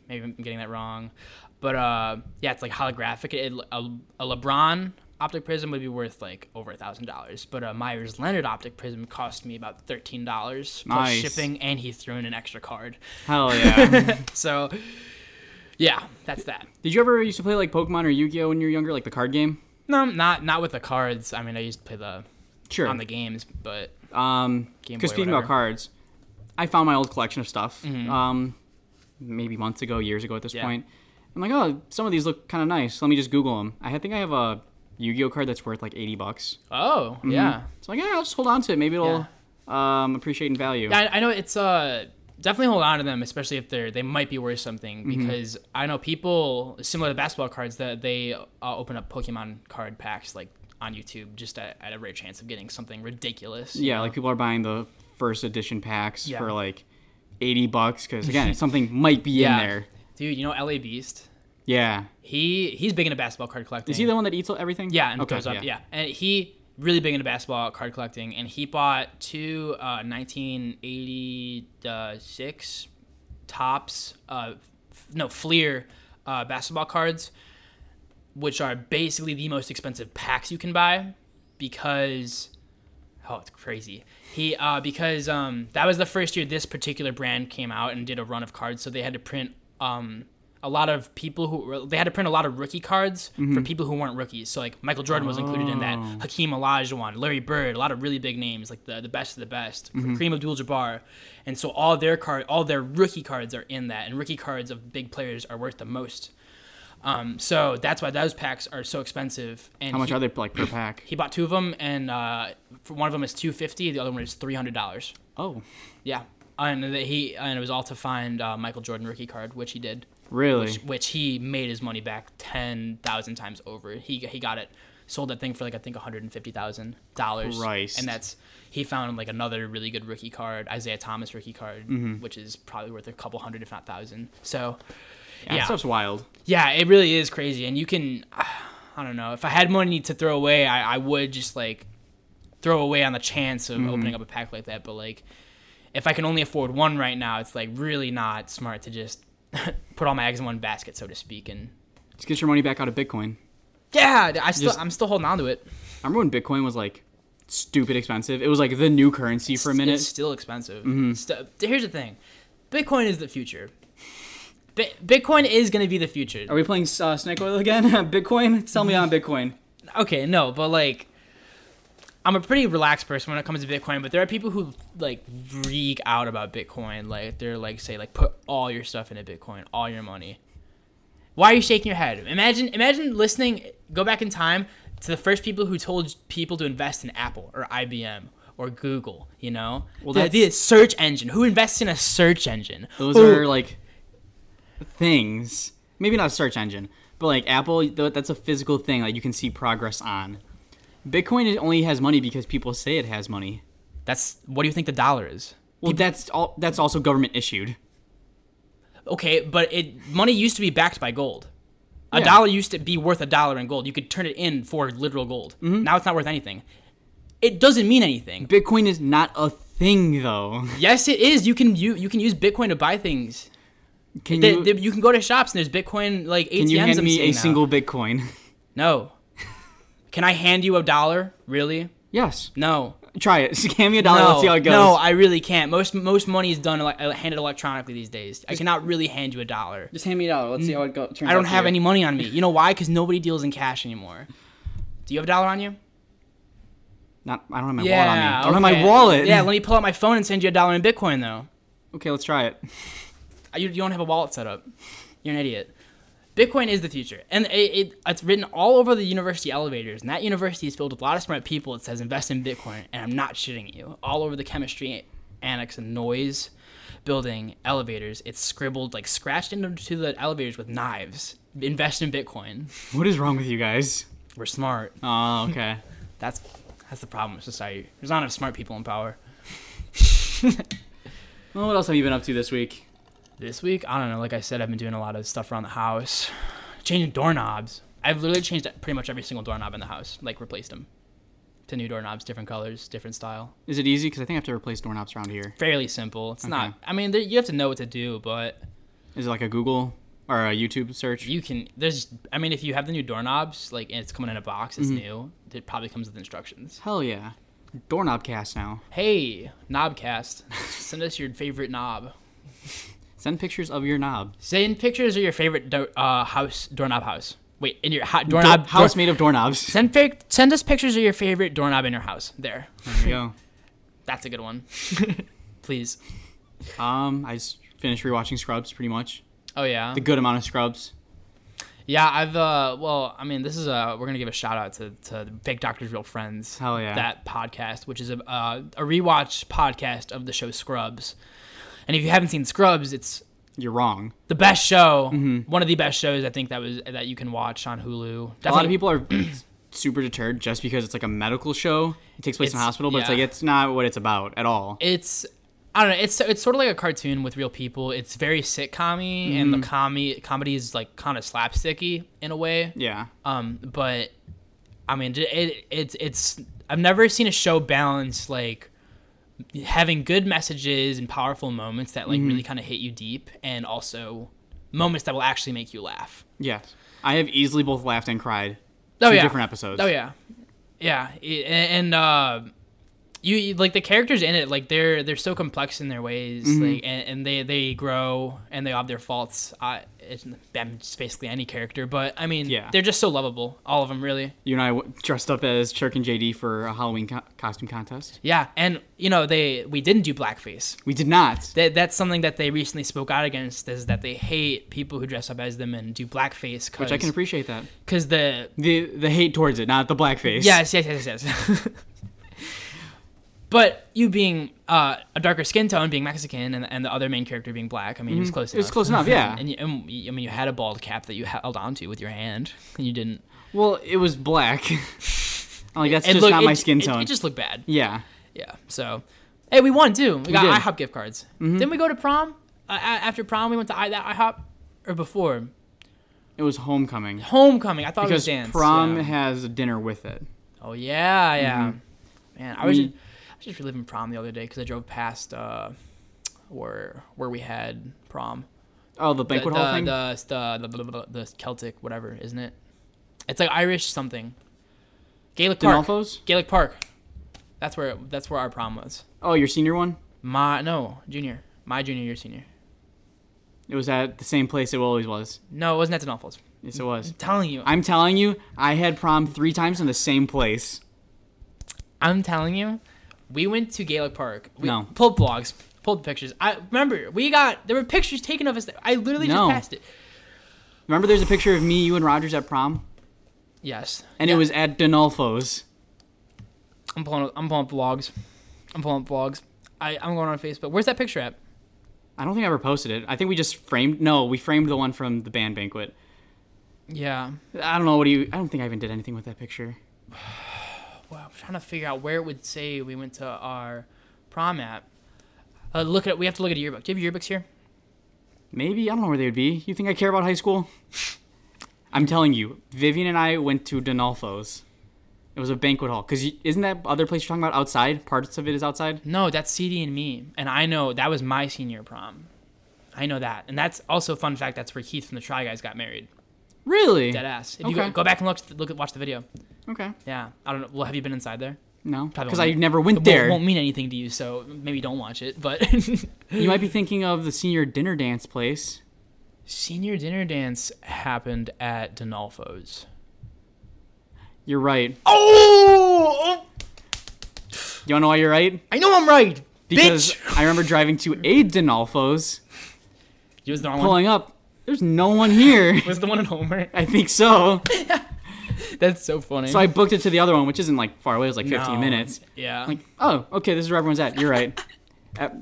Speaker 1: Maybe I'm getting that wrong. But uh, yeah, it's like holographic. It, a, a LeBron Optic Prism would be worth like over a $1,000. But a Myers Leonard Optic Prism cost me about $13 plus
Speaker 2: Nice.
Speaker 1: shipping, and he threw in an extra card.
Speaker 2: Hell yeah.
Speaker 1: So yeah, that's that.
Speaker 2: Did you ever used to play like Pokemon or Yu-Gi-Oh when you were younger, like the card game?
Speaker 1: No, not not with the cards. I mean, I used to play the
Speaker 2: Sure.
Speaker 1: on the games, but
Speaker 2: Um,
Speaker 1: Game
Speaker 2: because
Speaker 1: Boy,
Speaker 2: speaking
Speaker 1: whatever. Mm-hmm.
Speaker 2: about cards, I found my old collection of stuff. Um, maybe months ago, years ago at this
Speaker 1: Yeah.
Speaker 2: point. I'm like, oh, some of these look kind of nice. Let me just Google them. I think I have a Yu-Gi-Oh card that's worth like 80 bucks.
Speaker 1: oh
Speaker 2: Mm-hmm.
Speaker 1: yeah,
Speaker 2: So I'm like, yeah, I'll just hold on to it. Maybe it'll um appreciate in value.
Speaker 1: I, I know it's uh definitely hold on to them, especially if they're they might be worth something
Speaker 2: Mm-hmm.
Speaker 1: because I know people similar to basketball cards that they uh, open up Pokemon card packs like on YouTube just at, at a rare chance of getting something ridiculous. you
Speaker 2: yeah,
Speaker 1: know?
Speaker 2: like people are buying the first edition packs
Speaker 1: Yeah.
Speaker 2: for like 80 bucks because again, something might be
Speaker 1: yeah,
Speaker 2: in there.
Speaker 1: dude. You know La Beast.
Speaker 2: Yeah.
Speaker 1: He he's big into basketball card collecting.
Speaker 2: Is he the one that eats everything?
Speaker 1: Yeah, and
Speaker 2: Okay,
Speaker 1: throws up. Yeah. and he really big into basketball card collecting, and he bought two uh, 1986 tops, uh, f- no Fleer uh, basketball cards, which are basically the most expensive packs you can buy because oh it's crazy he uh because um that was the first year this particular brand came out and did a run of cards so they had to print um a lot of people who were- they had to print a lot of rookie cards for people who weren't rookies so like michael jordan was included in that
Speaker 2: Mm-hmm. Oh.
Speaker 1: hakeem olajuwon larry bird a lot of really big names like the, the best of the best
Speaker 2: Mm-hmm.
Speaker 1: kareem abdul-jabbar and so all their card all their rookie cards are in that and rookie cards of big players are worth the most um, so that's why those packs are so expensive and
Speaker 2: How much
Speaker 1: he-
Speaker 2: are they like per pack?
Speaker 1: he bought two of them, and uh, for one of them is two fifty. The other one is three hundred dollars.
Speaker 2: Oh,
Speaker 1: Yeah, and that he and it was all to find uh, Michael Jordan rookie card, which he did,
Speaker 2: really?
Speaker 1: which he made his money back ten thousand times over. He he got it sold that thing for like I think one hundred and fifty thousand dollars.
Speaker 2: Christ.
Speaker 1: and that's he found like another really good rookie card, Isaiah Thomas rookie card, which is probably worth a couple hundred if not thousand. So
Speaker 2: yeah, that
Speaker 1: yeah.
Speaker 2: stuff's wild.
Speaker 1: yeah, it really is crazy, and you can, I don't know. If I had money to throw away, I, I would just like throw away on the chance
Speaker 2: Mm-hmm.
Speaker 1: of opening up a pack like that. But like, if I can only afford one right now, it's like really not smart to just put all my eggs in one basket, so to speak. And
Speaker 2: Just get your money back out of Bitcoin.
Speaker 1: Yeah, I still
Speaker 2: Just-
Speaker 1: I'm still holding on to it.
Speaker 2: I remember when Bitcoin was like stupid expensive. It was like the new currency for a minute. Mm-hmm.
Speaker 1: It's still expensive. St- here's the thing, Bitcoin is the future. Bi- Bitcoin is gonna be the future.
Speaker 2: Are we playing uh, snake oil again? Bitcoin? Sell me on Bitcoin.
Speaker 1: okay, no, but like, I'm a pretty relaxed person when it comes to Bitcoin, but there are people who like reek out about Bitcoin. Like, they're like, say, like, put all your stuff into Bitcoin, all your money. Why are you shaking your head? Imagine, imagine listening. Go back in time to the first people who told people to invest in Apple or IBM or Google. You know, well, the
Speaker 2: that's-
Speaker 1: idea is search engine. Who invests in a search engine?
Speaker 2: Those
Speaker 1: Who-
Speaker 2: are like things. Maybe not a search engine, but like Apple, th- that's a physical thing that you can see progress on. Bitcoin it only has money because people say it has money.
Speaker 1: that's what do you think the dollar is?
Speaker 2: Well, that's all. That's also government issued.
Speaker 1: Okay, but it money used to be backed by gold. A
Speaker 2: Yeah.
Speaker 1: dollar used to be worth a dollar in gold. You could turn it in for literal gold.
Speaker 2: Mm-hmm.
Speaker 1: Now it's not worth anything. It doesn't mean anything.
Speaker 2: Bitcoin is not a thing, though.
Speaker 1: Yes, it is. You can you, you can use Bitcoin to buy things.
Speaker 2: Can
Speaker 1: They-
Speaker 2: you
Speaker 1: they- you can go to shops and there's Bitcoin like ATMs.
Speaker 2: can you hand
Speaker 1: I'm
Speaker 2: me
Speaker 1: seeing
Speaker 2: a
Speaker 1: now.
Speaker 2: single Bitcoin?
Speaker 1: No. can I hand you a dollar? Really?
Speaker 2: yes.
Speaker 1: No.
Speaker 2: Try it. Hand me a dollar.
Speaker 1: no.
Speaker 2: Let's see how it goes.
Speaker 1: No, I really can't. Most most money is done ele- uh, handed electronically these days. I cannot really hand you a dollar.
Speaker 2: Just hand me a dollar. Let's see how it goes.
Speaker 1: I don't have any money on me. You know why? Because nobody deals in cash anymore. Do you have a dollar on you?
Speaker 2: Not. I don't have my wallet on me. I don't have
Speaker 1: okay.
Speaker 2: my wallet.
Speaker 1: Yeah, let me pull out my phone and send you a dollar in Bitcoin though.
Speaker 2: Okay, let's try it.
Speaker 1: Uh, You, you don't have a wallet set up. You're an idiot. Bitcoin is the future, and it, it, it's written all over the university elevators. And that university is filled with a lot of smart people. It says invest in Bitcoin, and I'm not shitting you. All over the chemistry annex and noise building elevators, it's scribbled like scratched into the elevators with knives. Invest in Bitcoin.
Speaker 2: What is wrong with you guys?
Speaker 1: We're smart.
Speaker 2: Oh, okay.
Speaker 1: That's that's the problem with society. There's not enough smart people in power.
Speaker 2: well, what else have you been up to this week?
Speaker 1: This week, I don't know. Like I said, I've been doing a lot of stuff around the house, changing doorknobs. I've literally changed pretty much every single doorknob in the house. Like replaced them to new doorknobs, different colors, different style.
Speaker 2: Is it easy? Because I think I have to replace doorknobs around here.
Speaker 1: Fairly simple. It's not. I mean, there, you have to know what to do, but
Speaker 2: Is it like a Google or a YouTube search?
Speaker 1: you can. There's. I mean, if you have the new doorknobs, like and it's coming in a box, it's new. It probably comes with instructions.
Speaker 2: Hell yeah. Doorknob cast now.
Speaker 1: Hey, knobcast, send us your favorite knob.
Speaker 2: Send pictures of your knob.
Speaker 1: Send pictures of your favorite do- uh, house doorknob house. Wait, in your ho- doorknob
Speaker 2: Door- house
Speaker 1: door-
Speaker 2: made of doorknobs.
Speaker 1: Send fa- send us pictures of your favorite doorknob in your house. There,
Speaker 2: there you
Speaker 1: that's a good one. Please.
Speaker 2: go. Um, I just finished rewatching Scrubs pretty much.
Speaker 1: Oh yeah.
Speaker 2: A good amount of Scrubs.
Speaker 1: Yeah, I've uh. Well, I mean, this is uh. We're gonna give a shout out to to Fake Doctors Real Friends.
Speaker 2: Hell yeah.
Speaker 1: That podcast, which is a uh, a rewatch podcast of the show Scrubs, and if you haven't seen Scrubs, it's
Speaker 2: You're wrong.
Speaker 1: the best show, one of the best shows I think that was that you can watch on Hulu. Definitely,
Speaker 2: Mm-hmm. A lot of people are super deterred just because it's like a medical show. It takes place in a
Speaker 1: It's-
Speaker 2: hospital, but it's
Speaker 1: yeah.
Speaker 2: like it's not what it's about at all.
Speaker 1: it's I don't know. It's it's sort of like a cartoon with real people. It's very sitcom-y, and the
Speaker 2: Mm.
Speaker 1: comedy comedy is like kind of slapsticky in a way.
Speaker 2: yeah.
Speaker 1: Um, but I mean, it, it it's it's I've never seen a show balance like having good messages and powerful moments that like
Speaker 2: Mm.
Speaker 1: really kind of hit you deep, and also moments that will actually make you laugh.
Speaker 2: Yes. I have easily both laughed and cried.
Speaker 1: Oh
Speaker 2: Two
Speaker 1: yeah.
Speaker 2: different episodes.
Speaker 1: Oh yeah, yeah, i- and, and uh, you you- like the characters in it, like they're they're so complex in their ways,
Speaker 2: Mm-hmm.
Speaker 1: like and, and they they grow and they have their faults. I it's, I'm just basically any character, but I mean,
Speaker 2: Yeah.
Speaker 1: they're just so lovable, all of them, really.
Speaker 2: You and I w- dressed up as Chirk and JD for a Halloween co- costume contest.
Speaker 1: Yeah, and you know they we didn't do blackface.
Speaker 2: We did not.
Speaker 1: That that's something that they recently spoke out against is that they hate people who dress up as them and do blackface
Speaker 2: Which I can
Speaker 1: because
Speaker 2: appreciate that.
Speaker 1: because the
Speaker 2: The the hate towards it, not the blackface.
Speaker 1: Yes, yes, yes, yes. yes. but you being uh, a darker skin tone, being Mexican, and, and the other main character being black, I mean, it was close
Speaker 2: Mm-hmm. It
Speaker 1: enough.
Speaker 2: was close enough, yeah.
Speaker 1: And, you, and you- I mean, you had a bald cap that you held onto with your hand, and you didn't.
Speaker 2: Well, it was black. I'm like that's
Speaker 1: it
Speaker 2: just
Speaker 1: looked-
Speaker 2: not
Speaker 1: it-
Speaker 2: my skin
Speaker 1: it-
Speaker 2: tone.
Speaker 1: It, just looked bad.
Speaker 2: yeah.
Speaker 1: Yeah. So, hey, we won too. We, got
Speaker 2: did. Mm-hmm.
Speaker 1: IHOP gift cards. Didn't we go to prom? Uh, a- after prom, we went to I- that IHOP or before
Speaker 2: It was homecoming.
Speaker 1: homecoming. I thought
Speaker 2: Because
Speaker 1: it was dance.
Speaker 2: prom
Speaker 1: yeah.
Speaker 2: has a dinner with it.
Speaker 1: Oh yeah, yeah. Man, I was
Speaker 2: We-
Speaker 1: just, I was just reliving prom the other day because I drove past uh, where where we had prom.
Speaker 2: Oh, the
Speaker 1: The
Speaker 2: banquet
Speaker 1: the,
Speaker 2: hall thing?
Speaker 1: the, the, the, the- the Celtic whatever, isn't it? It's like Irish something. Gaelic Park.
Speaker 2: Denolfo's?
Speaker 1: Gaelic Park. That's where that's where our prom was.
Speaker 2: Oh, your senior one?
Speaker 1: My no, junior. My junior year, senior.
Speaker 2: It was at the same place it always was.
Speaker 1: No, it wasn't at Denolfo's.
Speaker 2: Yes, it was.
Speaker 1: I'm telling you.
Speaker 2: I'm telling you, I had prom three times in the same place.
Speaker 1: I'm telling you, we went to Gaelic Park. We
Speaker 2: No.
Speaker 1: pulled blogs, pulled pictures. I remember we got there were pictures taken of us. There. I literally
Speaker 2: No.
Speaker 1: just passed it.
Speaker 2: Remember, there's a picture of me, you, and Rogers at prom,
Speaker 1: Yes,
Speaker 2: and
Speaker 1: Yeah.
Speaker 2: it was at Denolfo's.
Speaker 1: I'm pulling. up- I'm pulling up vlogs. I'm pulling up vlogs. I I'm going on Facebook. Where's that picture at?
Speaker 2: I don't think I ever posted it. I think we just framed. No, we framed the one from the band banquet.
Speaker 1: Yeah.
Speaker 2: I don't know what do you. I don't think I even did anything with that picture.
Speaker 1: Well, I'm trying to figure out where it would say we went to our prom at. Uh, look at we have to look at a yearbook. Do you have yearbooks here?
Speaker 2: Maybe I don't know where they would be. You think I care about high school? I'm telling you, Vivian and I went to Denolfo's. It was a banquet hall. Cause you, isn't that other place you're talking about outside? Parts of it is outside.
Speaker 1: No, that's CD and me, and I know that was my senior prom. I know that, and that's also a fun fact. That's where Keith from the Try Guys got married.
Speaker 2: Really?
Speaker 1: Dead ass. If you go,
Speaker 2: Okay.
Speaker 1: go back and look, look at watch the video.
Speaker 2: Okay.
Speaker 1: Yeah, I don't know. Well, have you been inside there?
Speaker 2: No.
Speaker 1: Probably
Speaker 2: Because I
Speaker 1: won't.
Speaker 2: never
Speaker 1: It
Speaker 2: went
Speaker 1: won't,
Speaker 2: there.
Speaker 1: won't mean anything to you, so maybe don't watch it. But
Speaker 2: You might be thinking of the senior dinner dance place.
Speaker 1: senior dinner dance happened at Denolfo's.
Speaker 2: You're right.
Speaker 1: Oh,
Speaker 2: You wanna know why you're right?
Speaker 1: I know I'm right,
Speaker 2: Because
Speaker 1: bitch.
Speaker 2: I remember driving to a Denolfo's,
Speaker 1: It was the wrong one.
Speaker 2: pulling up. There's no one here.
Speaker 1: It was the one in Homer.
Speaker 2: I think so.
Speaker 1: That's so funny.
Speaker 2: So I booked it to the other one, which isn't like far away. It was like 15
Speaker 1: No.
Speaker 2: minutes.
Speaker 1: Yeah.
Speaker 2: Like, oh, okay, this is where everyone's at. You're right. Ev-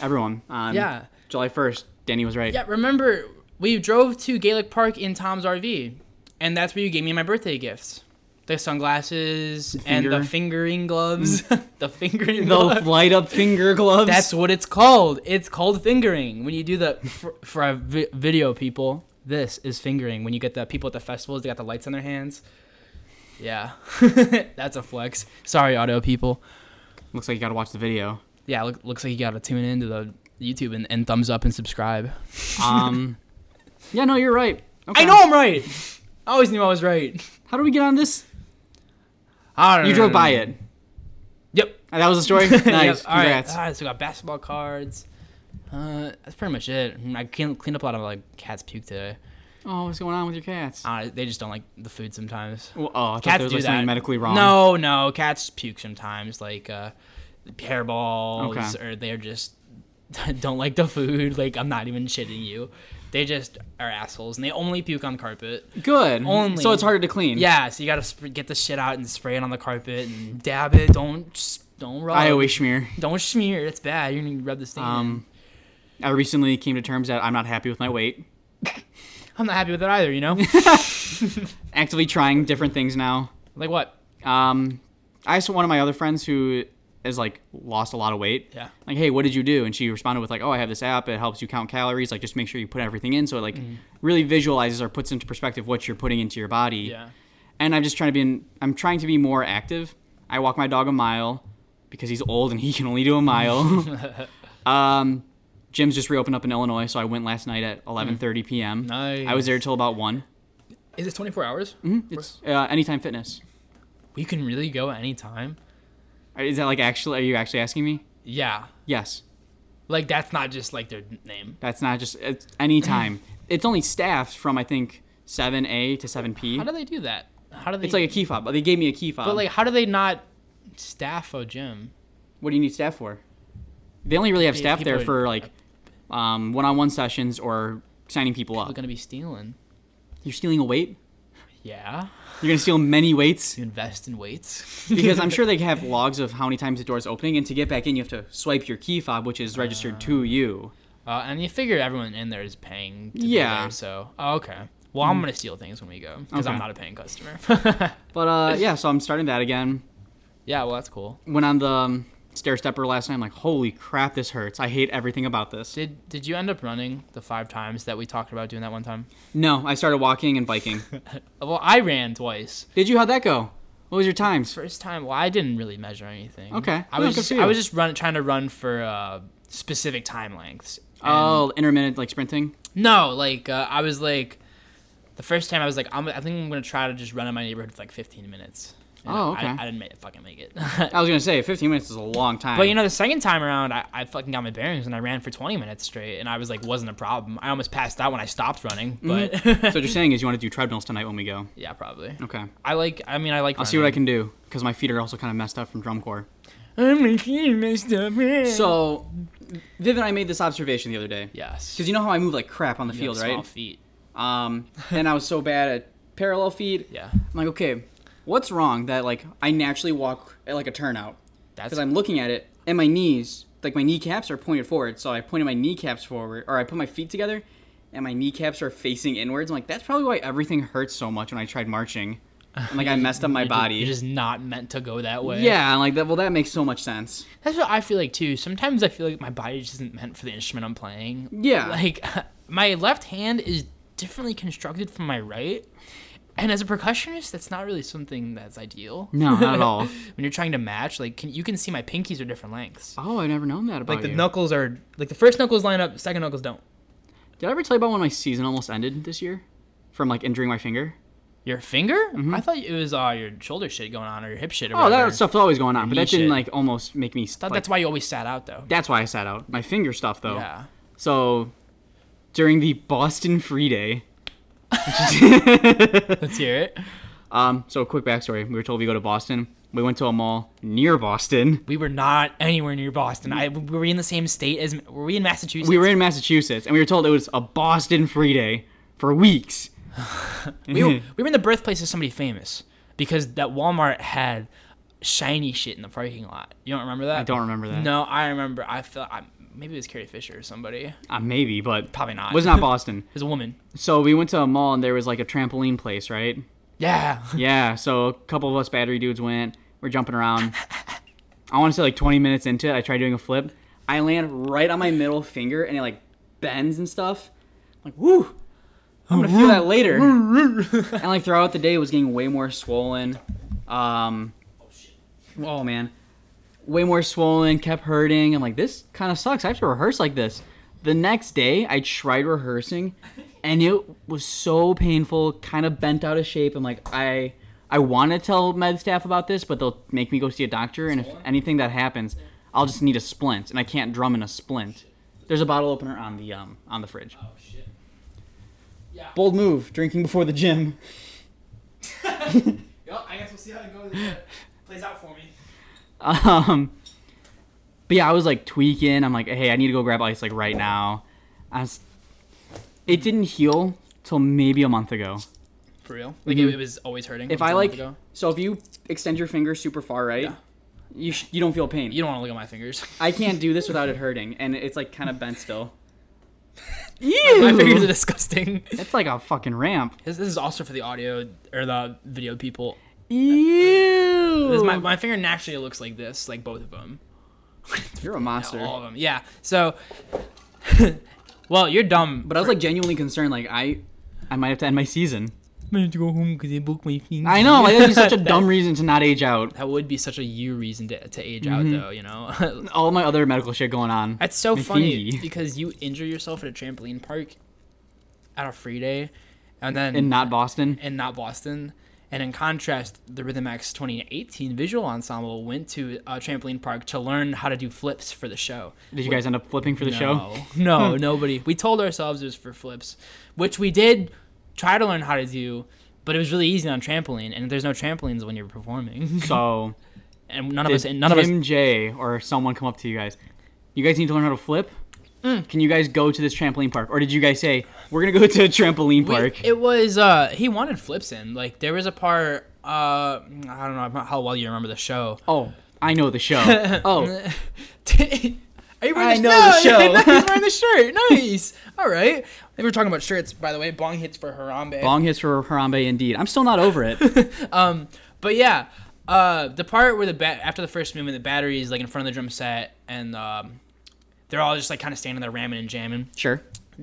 Speaker 2: Everyone. Um,
Speaker 1: Yeah.
Speaker 2: July 1st, Danny was right.
Speaker 1: yeah. Remember, we drove to Gaelic Park in Tom's RV, and that's where you gave me my birthday gifts. The sunglasses and the
Speaker 2: finger.
Speaker 1: fingering gloves. the fingering
Speaker 2: The
Speaker 1: gloves.
Speaker 2: light up finger gloves.
Speaker 1: That's what it's called. It's called fingering. When you do the for, for our vi- video people, this is fingering. When you get the people at the festivals, they got the lights on their hands. Yeah, that's a flex. Sorry, audio people.
Speaker 2: Looks like you gotta watch the video.
Speaker 1: Yeah, look, looks like you gotta tune into the YouTube and, and thumbs up and subscribe.
Speaker 2: Um, yeah, no, you're right. Okay.
Speaker 1: I know I'm right. I always knew I was right.
Speaker 2: How do we get on this?
Speaker 1: I don't
Speaker 2: You
Speaker 1: know.
Speaker 2: drove by it.
Speaker 1: Yep.
Speaker 2: Uh, That was the story? Nice.
Speaker 1: Yep. All right. Uh,
Speaker 2: Congrats.
Speaker 1: All right. So we got basketball cards. Uh, that's pretty much it. Mm, I cleaned cleaned up a lot of like cat's puke today.
Speaker 2: Oh, what's going on with your cats?
Speaker 1: Uh, they just don't like the food sometimes.
Speaker 2: Well, oh, I thought
Speaker 1: cats
Speaker 2: there was
Speaker 1: do
Speaker 2: like,
Speaker 1: that.
Speaker 2: something medically wrong.
Speaker 1: No, no, cats puke sometimes, like uh, hairballs,
Speaker 2: Okay.
Speaker 1: or they're just don't like the food. Like I'm not even shitting you, they just are assholes, and they only puke on carpet.
Speaker 2: Good.
Speaker 1: Only-
Speaker 2: So it's harder to clean.
Speaker 1: Yeah, so you gotta sp- get the shit out and spray it on the carpet and dab it. Don't s- don't rub.
Speaker 2: I always smear.
Speaker 1: don't smear. It's bad. You're gonna rub this thing.
Speaker 2: Um, I recently came to terms that I'm not happy with my weight.
Speaker 1: in. I'm not happy with it either. You know,
Speaker 2: Actively trying different things now.
Speaker 1: like what?
Speaker 2: Um, I asked one of my other friends who has like lost a lot of weight.
Speaker 1: Yeah.
Speaker 2: Like, hey, what did you do? And she responded with like, oh, I have this app. It helps you count calories. Like, just make sure you put everything in. So it like
Speaker 1: Mm-hmm.
Speaker 2: really visualizes or puts into perspective what you're putting into your body.
Speaker 1: Yeah.
Speaker 2: And I'm just trying to be. In, I'm trying to be more active. I walk my dog a mile because he's old and he can only do a mile. um, gyms just reopened up in Illinois, so I went last night
Speaker 1: Hmm.
Speaker 2: at 11:30 p.m. I was there till about one.
Speaker 1: Is it 24 hours?
Speaker 2: It's uh, Anytime Fitness.
Speaker 1: We can really go at any time.
Speaker 2: Is that like actually? Are you actually asking me?
Speaker 1: Yeah,
Speaker 2: Yes.
Speaker 1: like that's not just like their name.
Speaker 2: That's not just it's any time. it's only staffed from I think seven A to seven P.
Speaker 1: How do they do that? How do they?
Speaker 2: It's like a key fob. They gave me a key fob.
Speaker 1: But like, how do they not staff a gym?
Speaker 2: what do you need staff for? They only really have
Speaker 1: Yeah,
Speaker 2: staff there
Speaker 1: people
Speaker 2: for
Speaker 1: are-
Speaker 2: like um, one-on-one sessions or signing people
Speaker 1: They're
Speaker 2: up.
Speaker 1: gonna be stealing.
Speaker 2: You're stealing a weight.
Speaker 1: Yeah,
Speaker 2: You're gonna steal many weights
Speaker 1: to invest in weights.
Speaker 2: because I'm sure they have logs of how many times the door's opening, and to get back in, you have to swipe your key fob, which is registered
Speaker 1: Ah.
Speaker 2: to you.
Speaker 1: uh, and you figure everyone in there is paying. To yeah.
Speaker 2: Yeah. Mm.
Speaker 1: There, so oh, okay. Well, I'm gonna steal things when we go because I'm
Speaker 2: Okay.
Speaker 1: not a paying customer.
Speaker 2: But uh, yeah, so I'm starting that again.
Speaker 1: yeah, well that's cool.
Speaker 2: Went on the um, stair stepper last night. I'm like, holy crap, this hurts. I hate everything about this.
Speaker 1: Did did you end up running the five times that we talked about doing that one time?
Speaker 2: No, I started walking and biking.
Speaker 1: Well, I ran twice.
Speaker 2: Did you? How'd that go? What was your times?
Speaker 1: First time, well, I didn't really measure anything.
Speaker 2: Okay.
Speaker 1: I
Speaker 2: No,
Speaker 1: was
Speaker 2: good
Speaker 1: just,
Speaker 2: for you.
Speaker 1: I was just run, trying to run for uh, specific time lengths. And-
Speaker 2: Oh, intermittent like sprinting.
Speaker 1: No, like uh, I was like, the first time I was like, I'm, I think I'm gonna try to just run in my neighborhood for like 15 minutes. And
Speaker 2: Oh,
Speaker 1: I-
Speaker 2: okay.
Speaker 1: I, didn't make, fucking make it.
Speaker 2: I was gonna say 15 minutes is a long time.
Speaker 1: but you know, the second time around, I, I fucking got my bearings and I ran for 20 minutes straight, and I was like, wasn't a problem. I almost passed out when I stopped running, but
Speaker 2: so what you're saying is you want to do treadmills tonight when we go?
Speaker 1: yeah, probably.
Speaker 2: Okay. I'll
Speaker 1: I like. I mean, I like. I'll
Speaker 2: see what I can do because my feet are also kind of messed up from drum corps.
Speaker 1: I'm making messed up. So
Speaker 2: So, Viv and I made this observation the other day.
Speaker 1: yes,
Speaker 2: Because you know how I move like crap on the
Speaker 1: You have
Speaker 2: field,
Speaker 1: small
Speaker 2: right?
Speaker 1: Feet.
Speaker 2: Um, and I was so bad at parallel feet.
Speaker 1: Yeah,
Speaker 2: I'm like, okay, what's wrong that like I naturally walk at like a turnout?
Speaker 1: that's
Speaker 2: Because I'm looking at it and my knees, like my kneecaps are pointed forward. So I pointed my kneecaps forward, or I put my feet together and my kneecaps are facing inwards. I'm like, that's probably why everything hurts so much when I tried marching. And like I messed up my
Speaker 1: you're ju-
Speaker 2: body.
Speaker 1: You're just not meant to go that way.
Speaker 2: yeah, I'm like that. Well, that makes so much sense.
Speaker 1: That's what I feel like too. Sometimes I feel like my body just isn't meant for the instrument I'm playing.
Speaker 2: Yeah.
Speaker 1: Like my left hand is differently constructed from my right. And as a percussionist, that's not really something that's ideal.
Speaker 2: No, not at all.
Speaker 1: when you're trying to match, like can, you can see my pinkies are different lengths.
Speaker 2: Oh, I've never known that about
Speaker 1: Like the
Speaker 2: you.
Speaker 1: knuckles are like the first knuckles line up, second knuckles don't.
Speaker 2: Did I ever tell you about when my season almost ended this year, from like injuring my finger?
Speaker 1: Your finger? I thought it was uh, your shoulder shit going on or your hip shit. Or
Speaker 2: Mm-hmm. Oh,
Speaker 1: whatever.
Speaker 2: that stuff's always going on, but
Speaker 1: knee
Speaker 2: that didn't
Speaker 1: shit.
Speaker 2: like almost make me.
Speaker 1: Thought
Speaker 2: like,
Speaker 1: that's why you always sat out though.
Speaker 2: That's why I sat out. My finger stuff though.
Speaker 1: Yeah.
Speaker 2: So during the Boston Free Day,
Speaker 1: Let's hear it.
Speaker 2: um, so quick backstory: we were told we go to Boston. We went to a mall near Boston.
Speaker 1: We were not anywhere near Boston. I were we in the same state as were we in Massachusetts?
Speaker 2: We were in Massachusetts, and we were told it was a Boston Free Day for weeks.
Speaker 1: We were, we were in the birthplace of somebody famous because that Walmart had shiny shit in the parking lot. You don't remember that? I
Speaker 2: don't remember that.
Speaker 1: No, I remember. I feel I, maybe it was Carrie Fisher or somebody. It
Speaker 2: Uh, maybe, but
Speaker 1: Probably not.
Speaker 2: Was not Boston.
Speaker 1: was a woman.
Speaker 2: So we went to a mall, and there was like a trampoline place, right?
Speaker 1: Yeah.
Speaker 2: Yeah, so a couple of us battery dudes went. We're jumping around. I want to say like 20 minutes into it, I try doing a flip. I land right on my middle finger and it like bends and stuff. I'm like, woo! I'm gonna feel that later. and like throughout the day, it was getting way more swollen. Um, oh man, way more swollen. Kept hurting. I'm like, this kind of sucks. I have to rehearse like this. The next day, I tried rehearsing, and it was so painful. Kind of bent out of shape. I'm like, I I want to tell med staff about this, but they'll make me go see a doctor. And if anything that happens, I'll just need a splint, and I can't drum in a splint. There's a bottle opener on the um on the fridge.
Speaker 1: Oh shit.
Speaker 2: Bold move, drinking before the gym.
Speaker 1: Yo, I guess we'll see how it goes. It plays out for me.
Speaker 2: Um, but yeah, I was like tweaking. I'm like, hey, I need to go grab ice like right now. I was, it didn't heal till maybe a month ago.
Speaker 1: For real? Like it, it was always hurting.
Speaker 2: If
Speaker 1: until
Speaker 2: I
Speaker 1: a month
Speaker 2: like,
Speaker 1: ago?
Speaker 2: so if you extend your finger super far, right,
Speaker 1: Yeah.
Speaker 2: you sh- you don't feel pain.
Speaker 1: you don't want to look at my fingers.
Speaker 2: I can't do this without it hurting, and it's like kind of bent still.
Speaker 1: my
Speaker 2: Ew!
Speaker 1: fingers are disgusting.
Speaker 2: it's like a fucking ramp.
Speaker 1: This, this is also for the audio or the video people.
Speaker 2: Ew.
Speaker 1: This, my, my finger naturally looks like this, like both of them.
Speaker 2: You're a monster.
Speaker 1: All of them. Yeah. So, well, you're dumb.
Speaker 2: but I was like genuinely concerned. Like I, I might have to end my season.
Speaker 1: I'm going to go home because they broke my finger.
Speaker 2: I know. Like, that's such a dumb reason to not age out.
Speaker 1: That would be such a you reason to, to age out, though, you know?
Speaker 2: All my other medical shit going on.
Speaker 1: That's so
Speaker 2: Mm-hmm. My
Speaker 1: funny
Speaker 2: fingy.
Speaker 1: because you injure yourself at a trampoline park at a free day and then
Speaker 2: in not Boston.
Speaker 1: and not Boston. And in contrast, the Rhythm X 2018 Visual Ensemble went to a trampoline park to learn how to do flips for the show.
Speaker 2: Did you guys end up flipping for the show?
Speaker 1: No, no, nobody. We told ourselves it was for flips, which we did try to learn how to do, but it was really easy on trampoline, and there's no trampolines when you're performing,
Speaker 2: So
Speaker 1: and none of
Speaker 2: did
Speaker 1: us, and none of us.
Speaker 2: Tim J or someone come up to you guys? You guys need to learn how to flip.
Speaker 1: Mm.
Speaker 2: Can you guys go to this trampoline park, or did you guys say we're gonna go to a trampoline
Speaker 1: we-
Speaker 2: park?
Speaker 1: it was uh, he wanted flips in. Like there was a part. Uh, I don't know how well you remember the show.
Speaker 2: oh, I know the show. oh,
Speaker 1: Are you wearing
Speaker 2: I know the
Speaker 1: no,
Speaker 2: show.
Speaker 1: no, he's wearing the shirt. Nice. All right. They were talking about shirts, by the way. Bong hits for Harambe.
Speaker 2: long hits for Harambe indeed. I'm still not over it.
Speaker 1: Um, but yeah, uh, the part where the ba- after the first movement, the battery is like in front of the drum set, and um, they're all just like kind of standing there ramming and jamming.
Speaker 2: sure.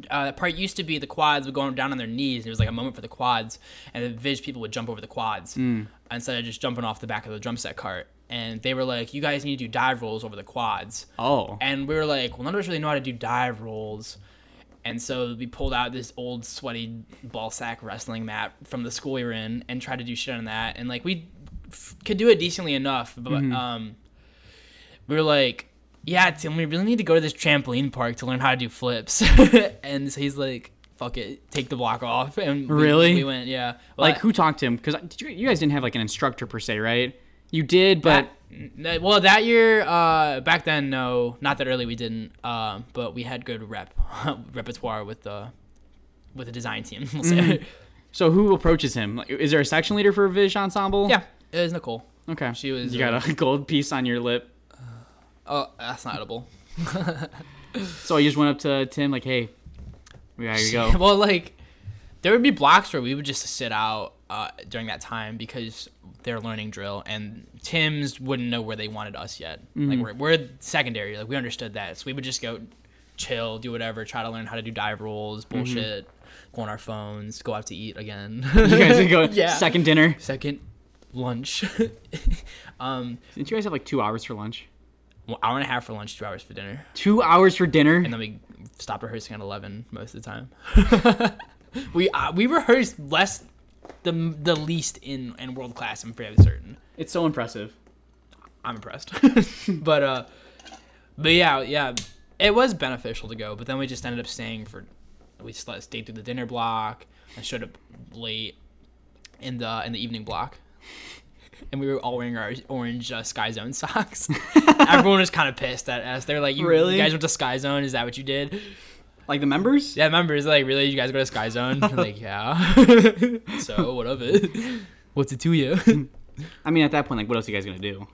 Speaker 1: Uh, that part used to be the quads would go down on their knees, and it was like a moment for the quads, and the Viz people would jump over the quads
Speaker 2: Hmm.
Speaker 1: instead of just jumping off the back of the drum set cart. And they were like, "You guys need to do dive rolls over the quads."
Speaker 2: Oh,
Speaker 1: and we were like, well, none of us really know how to do dive rolls. And so we pulled out this old sweaty ball sack wrestling mat from the school we were in and tried to do shit on that. And like we f- could do it decently enough, but
Speaker 2: Mm-hmm.
Speaker 1: um, we were like, yeah, Tim, we really need to go to this trampoline park to learn how to do flips. and so he's like, fuck it, take the block off. And we-
Speaker 2: Really?
Speaker 1: we went, yeah.
Speaker 2: Like who talked to him? Because you, you guys didn't have like an instructor per se, right? You did, but
Speaker 1: That- well, that year, uh, back then, no, not that early, we didn't. Um, but we had good rep repertoire with the with the design team. We'll say.
Speaker 2: so who approaches him? Like, is there a section leader for Vish Ensemble?
Speaker 1: yeah, it was Nicole.
Speaker 2: Okay.
Speaker 1: She was, uh,
Speaker 2: You got a gold piece on your lip.
Speaker 1: Oh, that's not edible.
Speaker 2: So you just went up to Tim like, hey, we gotta go.
Speaker 1: well, like there would be blocks where we would just sit out uh, during that time because they're learning drill, and Tim's wouldn't know where they wanted us yet. Like
Speaker 2: Mm-hmm.
Speaker 1: we're, we're secondary, like we understood that, so we would just go chill, do whatever, try to learn how to do dive rolls,
Speaker 2: Mm-hmm.
Speaker 1: bullshit, go on our phones, go out to eat again.
Speaker 2: you guys would go
Speaker 1: Yeah.
Speaker 2: second dinner.
Speaker 1: Second lunch, um,
Speaker 2: Didn't you guys have like two hours for lunch?
Speaker 1: well, hour and a half for lunch, two hours for dinner,
Speaker 2: Two hours for dinner?
Speaker 1: and then we stopped rehearsing at eleven most of the time. we uh, we rehearsed less the the least in in world class. I'm fairly certain.
Speaker 2: It's so impressive.
Speaker 1: I'm impressed. but uh, but yeah, yeah, it was beneficial to go. But then we just ended up staying for we just let- stayed through the dinner block and showed up late in the in the evening block. And we were all wearing our orange uh, Sky Zone socks. Everyone was kind of pissed at us. They were like, you,
Speaker 2: Really?
Speaker 1: you guys went to Sky Zone? Is that what you did?
Speaker 2: Like the members?
Speaker 1: Yeah, members like, really, you guys go to Sky Zone? I'm like, yeah. so what of it? What's it to you?
Speaker 2: I mean, at that point, like, what else are you guys gonna do?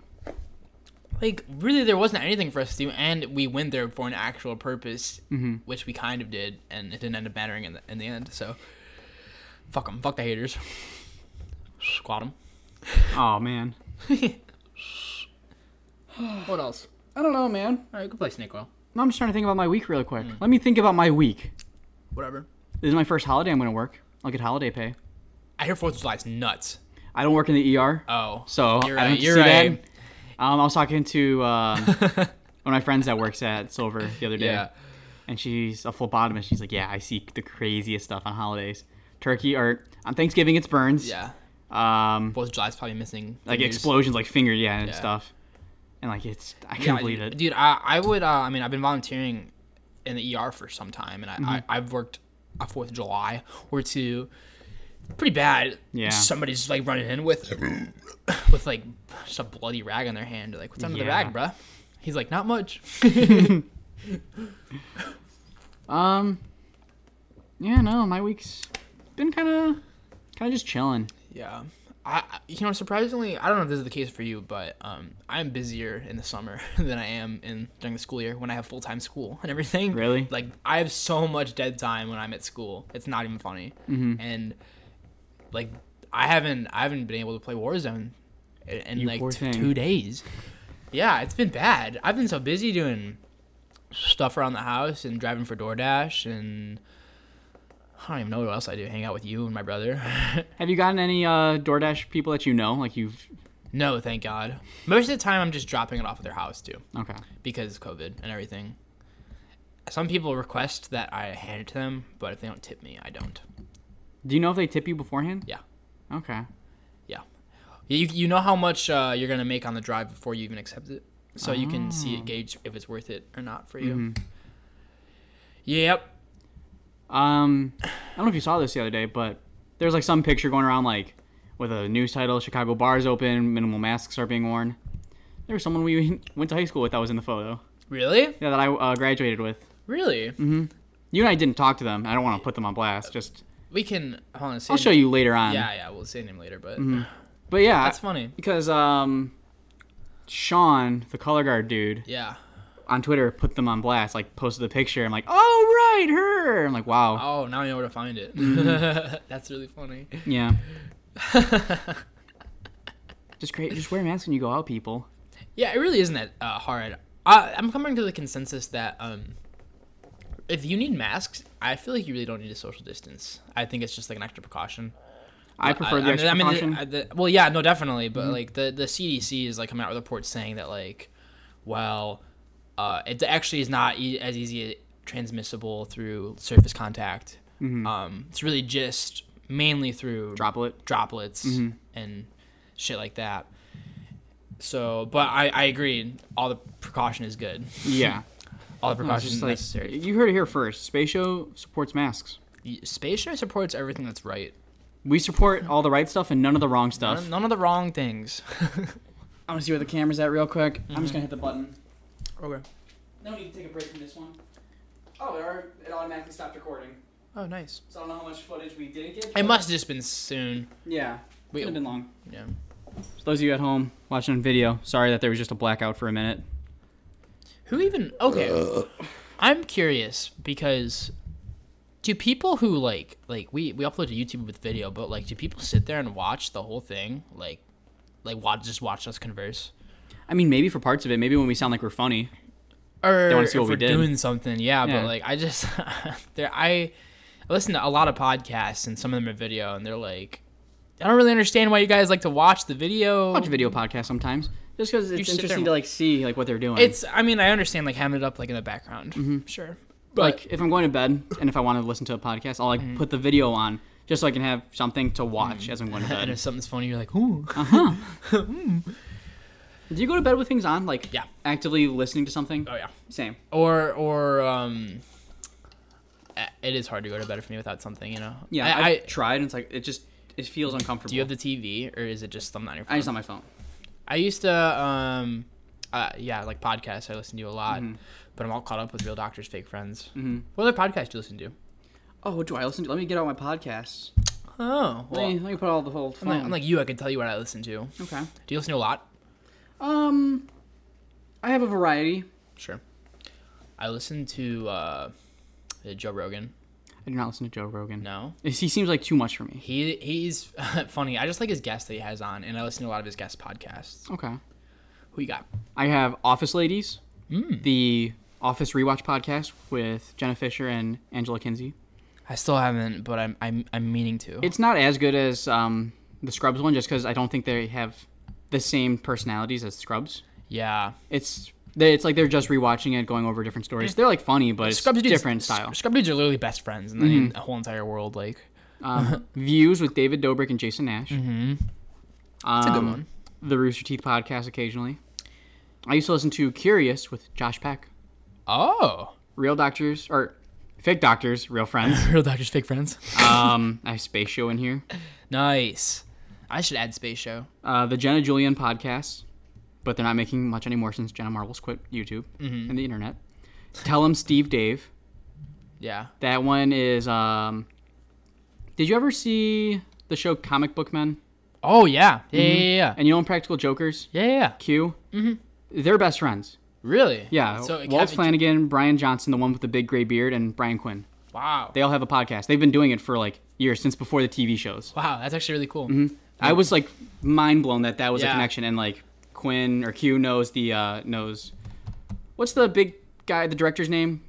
Speaker 1: like, really, there wasn't anything for us to do, and we went there for an actual purpose, which we kind of did, and it didn't end up mattering in the, in the end. So, fuck them, fuck the haters, squat them.
Speaker 2: Oh man.
Speaker 1: What else?
Speaker 2: I don't know, man.
Speaker 1: All right, we could play snake oil.
Speaker 2: No, I'm just trying to think about my week real quick.
Speaker 1: Mm.
Speaker 2: Let me think about my week.
Speaker 1: Whatever.
Speaker 2: This is my first holiday I'm gonna work. I'll get holiday pay.
Speaker 1: I hear Fourth of July's nuts.
Speaker 2: I don't work in the ER,
Speaker 1: Oh,
Speaker 2: so I
Speaker 1: you're
Speaker 2: don't
Speaker 1: right.
Speaker 2: have to
Speaker 1: You're
Speaker 2: see
Speaker 1: right.
Speaker 2: that. Um, I was talking to um, one of my friends that works at Silver the other day,
Speaker 1: Yeah.
Speaker 2: and she's a phlebotomist. She's like, "Yeah, I see the craziest stuff on holidays. Turkey or on Thanksgiving, it's burns.
Speaker 1: Yeah.
Speaker 2: Um,
Speaker 1: Fourth of July's probably missing.
Speaker 2: like
Speaker 1: fingers.
Speaker 2: explosions, like finger, yeah, and
Speaker 1: Yeah.
Speaker 2: stuff. And like it's, I can't
Speaker 1: Yeah,
Speaker 2: believe it.
Speaker 1: dude. I, I would. Uh, I mean, I've been volunteering in the ER for some time, and I, I
Speaker 2: Mm-hmm.
Speaker 1: I've worked a Fourth of July or two. Pretty bad.
Speaker 2: Yeah.
Speaker 1: Somebody's like running in with with like just a bloody rag on their hand. They're like, what's under the
Speaker 2: Yeah.
Speaker 1: rag, bruh? He's like, not much.
Speaker 2: Um, yeah, no, my week's been kind of, kind of just chilling.
Speaker 1: yeah. I I- you know surprisingly I don't know if this is the case for you but um, I'm busier in the summer than I am in during the school year when I have full time school and everything.
Speaker 2: Really?
Speaker 1: Like I have so much dead time when I'm at school. It's not even funny.
Speaker 2: Mm-hmm.
Speaker 1: And like I haven't I haven't been able to play Warzone in, in
Speaker 2: You
Speaker 1: like
Speaker 2: poor
Speaker 1: t-
Speaker 2: thing.
Speaker 1: two days. Yeah, it's been bad. I've been so busy doing stuff around the house and driving for DoorDash and I don't even know what else I do. Hang out with you and my brother.
Speaker 2: Have you gotten any uh DoorDash people that you know? Like you've
Speaker 1: No, thank God. Most of the time, I'm just dropping it off at their house too,
Speaker 2: okay.
Speaker 1: because COVID and everything. Some people request that I hand it to them, but if they don't tip me, I don't.
Speaker 2: Do you know if they tip you beforehand?
Speaker 1: Yeah.
Speaker 2: Okay.
Speaker 1: Yeah, you you know how much uh, you're gonna make on the drive before you even accept it, so you can see
Speaker 2: Oh.
Speaker 1: it gauge if it's worth it or not for you.
Speaker 2: Mm-hmm.
Speaker 1: Yep.
Speaker 2: Um, I don't know if you saw this the other day, but there's like some picture going around like with a news title: "Chicago bars open, minimal masks are being worn." There was someone we went to high school with that was in the photo.
Speaker 1: Really?
Speaker 2: Yeah, that I uh, graduated with.
Speaker 1: Really?
Speaker 2: Mm-hmm. You and I didn't talk to them. I don't want to put them on blast. Just
Speaker 1: We can. Hold on. Say
Speaker 2: I'll show you Mm-hmm. later on.
Speaker 1: Yeah, yeah. We'll say name later, but
Speaker 2: But yeah,
Speaker 1: that's funny.
Speaker 2: because um, Sean, the color guard dude,
Speaker 1: Yeah.
Speaker 2: on Twitter put them on blast. Like posted the picture. I'm like, oh right, her. I'm like, wow.
Speaker 1: Oh, now I know where to find it.
Speaker 2: Mm-hmm.
Speaker 1: that's really funny.
Speaker 2: Yeah. just great. Just wear masks when you go out, people.
Speaker 1: Yeah, it really isn't that uh, hard. I, I'm coming to the consensus that um, if you need masks, I feel like you really don't need to social distance. I think it's just like an extra precaution.
Speaker 2: I prefer
Speaker 1: I,
Speaker 2: the extra
Speaker 1: I mean, I mean,
Speaker 2: precaution. Mm-hmm.
Speaker 1: the- the- well, yeah, no, definitely, but like the the CDC is like coming out with reports saying that like, well, uh, it actually is not e- as easy transmissible through surface contact.
Speaker 2: Mhm.
Speaker 1: Um, it's really just mainly through
Speaker 2: Droplet.
Speaker 1: droplets
Speaker 2: Mm-hmm.
Speaker 1: and shit like that. So, but I, I agree. All the precaution is good.
Speaker 2: Yeah.
Speaker 1: All the
Speaker 2: No, it's
Speaker 1: precaution
Speaker 2: just
Speaker 1: is
Speaker 2: like-
Speaker 1: necessary.
Speaker 2: You heard it here first. Spatio supports masks.
Speaker 1: Y- Space Show supports everything that's right.
Speaker 2: We support all the right stuff and none of the wrong stuff.
Speaker 1: None, none of the wrong things.
Speaker 2: I'm gonna see where the camera's at real quick. I'm just gonna hit the button.
Speaker 1: okay.
Speaker 2: No need to take a break from this one. Oh, it, already, it automatically stopped recording.
Speaker 1: Oh, nice.
Speaker 2: So I don't know how much footage we didn't get.
Speaker 1: It must have just been soon.
Speaker 2: Yeah.
Speaker 1: We,
Speaker 2: It's been long.
Speaker 1: yeah.
Speaker 2: those of you at home watching on video, sorry that there was just a blackout for a minute.
Speaker 1: Who even? Okay. I'm curious because do people who like like we we upload to YouTube with video, but like do people sit there and watch the whole thing like like watch just watch us converse?
Speaker 2: I mean, maybe for parts of it, maybe when we sound like we're funny.
Speaker 1: or
Speaker 2: wanna see
Speaker 1: if
Speaker 2: what we
Speaker 1: we're
Speaker 2: did.
Speaker 1: doing something. Yeah,
Speaker 2: Yeah.
Speaker 1: but like I just there I I listen to a lot of podcasts and some of them are video and they're like I don't really understand why you guys like to watch the video.
Speaker 2: Watch video podcasts sometimes, Oh. just because it's
Speaker 1: sit there
Speaker 2: interesting
Speaker 1: and-
Speaker 2: to like see like what they're doing.
Speaker 1: It's I mean I understand like having it up like in the background. Sure. But
Speaker 2: Mm-hmm.
Speaker 1: Mm-hmm.
Speaker 2: like if I'm going to bed and if I want to listen to a podcast, I'll like put the video on just so I can have something to watch as I'm going to
Speaker 1: and
Speaker 2: bed.
Speaker 1: if something's funny you're like, "Ooh."
Speaker 2: Uh-huh. Do you go to bed with things on, like
Speaker 1: Yeah.
Speaker 2: actively listening to something?
Speaker 1: Oh yeah.
Speaker 2: Same.
Speaker 1: Or or um eh, it is hard to go to bed for me without something, you know.
Speaker 2: Yeah,
Speaker 1: I,
Speaker 2: I,
Speaker 1: I-
Speaker 2: tried and it's like it just it feels uncomfortable.
Speaker 1: do you have the TV or is it just something on your phone?
Speaker 2: I just on my phone.
Speaker 1: I used to, um, uh, yeah, like podcasts. I listen to a lot, but I'm all caught up with Real Doctors, Fake Friends. Mm-hmm. What other podcasts do you listen to?
Speaker 2: Oh, what do I listen to? Let me get out my podcasts.
Speaker 1: Oh,
Speaker 2: let, me, let me put all the whole
Speaker 1: I'm
Speaker 2: phone.
Speaker 1: like, I'm like you. I can tell you what I listen to. Do
Speaker 2: okay.
Speaker 1: you listen to a lot?
Speaker 2: Um, I have a variety.
Speaker 1: Sure. I listen to uh, Joe Rogan.
Speaker 2: I do not listen to Joe Rogan.
Speaker 1: No,
Speaker 2: He seems like too much for me.
Speaker 1: he he's funny. I just like his guests that he has on, and I listen to a lot of his guest podcasts.
Speaker 2: Okay.
Speaker 1: Who you got?
Speaker 2: I have Office Ladies,
Speaker 1: Hmm.
Speaker 2: the Office Rewatch podcast with Jenna Fisher and Angela Kinsey.
Speaker 1: I still haven't, but I'm I'm, I'm meaning to.
Speaker 2: It's not as good as um, the Scrubs one, just because I don't think they have the same personalities as Scrubs.
Speaker 1: yeah.
Speaker 2: It's they, it's like they're just rewatching it, going over different stories. They're like funny, but it's
Speaker 1: Scrub dudes,
Speaker 2: different style.
Speaker 1: Scrub dudes are literally best friends in the a whole entire world. Like,
Speaker 2: Um, Views with David Dobrik and Jason Nash. Mm-hmm. Um,
Speaker 1: a good one.
Speaker 2: The Rooster Teeth podcast occasionally. I used to listen to Curious with Josh Peck.
Speaker 1: oh,
Speaker 2: Real doctors or fake doctors, real friends.
Speaker 1: Real Doctors, Fake Friends.
Speaker 2: um, I have Space Show in here.
Speaker 1: Nice. I should add Space Show.
Speaker 2: Uh, the Jenna Julian podcast, but they're not making much anymore since Jenna Marbles quit YouTube
Speaker 1: Mm-hmm.
Speaker 2: and the internet. Tell him Steve Dave.
Speaker 1: Yeah.
Speaker 2: That one is. Um, did you ever see the show Comic Book Men?
Speaker 1: Oh yeah. Yeah yeah yeah.
Speaker 2: And you know Practical Jokers?
Speaker 1: Yeah yeah. yeah.
Speaker 2: Q. Mm-hmm. They're best friends.
Speaker 1: Really?
Speaker 2: Yeah.
Speaker 1: So it
Speaker 2: Walt
Speaker 1: kept-
Speaker 2: Flanagan, Brian Johnson, the one with the big gray beard, and Brian Quinn.
Speaker 1: Wow.
Speaker 2: They all have a podcast. They've been doing it for like years since before the TV shows.
Speaker 1: wow. That's actually really cool.
Speaker 2: I was like mind blown that that was a
Speaker 1: Yeah.
Speaker 2: connection, and like Quinn or Q knows the uh, knows. What's the big guy? The director's name?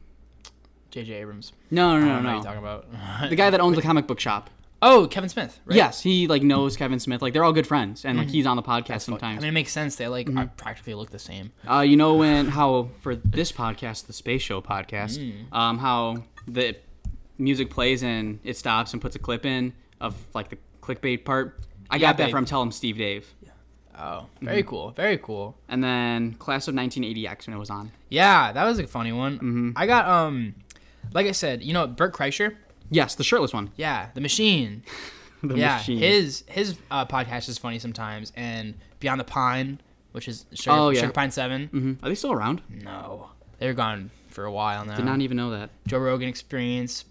Speaker 1: J.J. Abrams.
Speaker 2: No,
Speaker 1: I
Speaker 2: no,
Speaker 1: don't know
Speaker 2: no,
Speaker 1: what
Speaker 2: no.
Speaker 1: you're talking
Speaker 2: The
Speaker 1: about.
Speaker 2: guy that owns the comic book shop.
Speaker 1: oh, Kevin Smith. Right?
Speaker 2: Yes, he like knows Kevin Smith. Like they're all good friends, and like he's on the podcast
Speaker 1: I
Speaker 2: sometimes.
Speaker 1: mean, it makes sense. They like are practically look the same.
Speaker 2: Uh, you know when how for this podcast, the Space Show podcast, um, how the music plays and it stops and puts a clip in of like the clickbait part. I got that
Speaker 1: babe.
Speaker 2: from Tell Him Steve Dave,
Speaker 1: Oh, very cool. Very cool.
Speaker 2: and then Class of 1980X when it was on.
Speaker 1: Yeah, that was a funny one. I got um, like I said, you know, Bert Kreischer.
Speaker 2: Yes, the shirtless one.
Speaker 1: Yeah, the machine.
Speaker 2: The
Speaker 1: yeah,
Speaker 2: machine.
Speaker 1: his his uh, podcast is funny sometimes, and Beyond the Pine, which is Sugar,
Speaker 2: Oh, yeah.
Speaker 1: Sugar Pine 7
Speaker 2: Mhm. Are they still around?
Speaker 1: No, they're gone for a while now.
Speaker 2: Did not even know that.
Speaker 1: Joe Rogan Experience,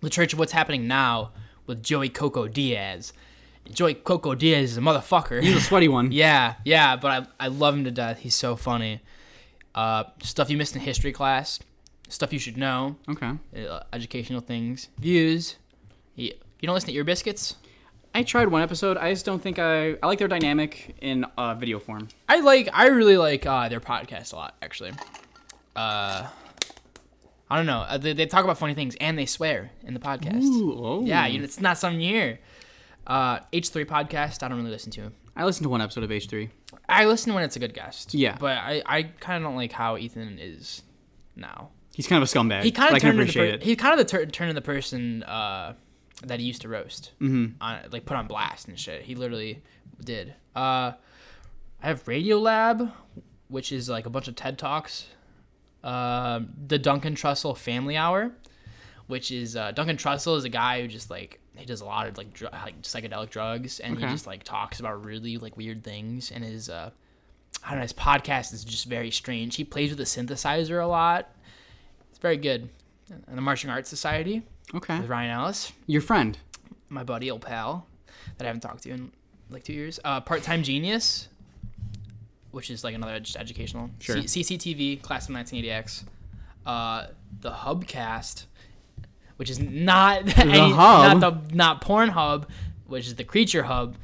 Speaker 1: The Church of What's Happening Now with Joey Coco Diaz. Joey Coco Diaz is a motherfucker.
Speaker 2: He's a sweaty one.
Speaker 1: yeah, yeah, but I, I love him to death. He's so funny. Uh, stuff you missed in history class, stuff you should know,
Speaker 2: Okay.
Speaker 1: uh, educational things, views. You, you don't listen to Ear Biscuits?
Speaker 2: I tried one episode. I just don't think I. I like their dynamic in uh, video form.
Speaker 1: I like I really like uh, their podcast a lot actually. Uh, I don't know. Uh, They, they talk about funny things and they swear in the podcast.
Speaker 2: oh.
Speaker 1: Yeah, you know, it's not something you hear. Uh, H3 podcast, I don't really listen to him.
Speaker 2: I listened to one episode of H3.
Speaker 1: I listen when it's a good guest.
Speaker 2: Yeah.
Speaker 1: But I, I kind of don't like how Ethan is now.
Speaker 2: he's kind of a scumbag.
Speaker 1: he kind
Speaker 2: but
Speaker 1: of
Speaker 2: I can
Speaker 1: turned into
Speaker 2: appreciate it.
Speaker 1: per- he kind of the tur turned into the person uh, that he used to roast, mm-hmm. on, like put on blast and shit. He literally did. Uh, I have Radio Lab, which is like a bunch of TED talks. Uh, the Duncan Trussell Family Hour, which is uh, Duncan Trussell is a guy who just like he does a lot of like dr- like psychedelic drugs and
Speaker 2: Okay.
Speaker 1: he just like talks about really like weird things and his uh, I don't know his podcast is just very strange. He plays with a synthesizer a lot. It's very good. And the Marching Arts Society
Speaker 2: Okay,
Speaker 1: with Ryan Ellis,
Speaker 2: your friend.
Speaker 1: my buddy, old pal, that I haven't talked to in like two years. Uh, Part Time Genius, which is like another just educational.
Speaker 2: Sure.
Speaker 1: C- CCTV, Class of 1980X. Uh, the Hubcast, which is not any-
Speaker 2: Hub?
Speaker 1: not the not Pornhub, which is the Creature Hub.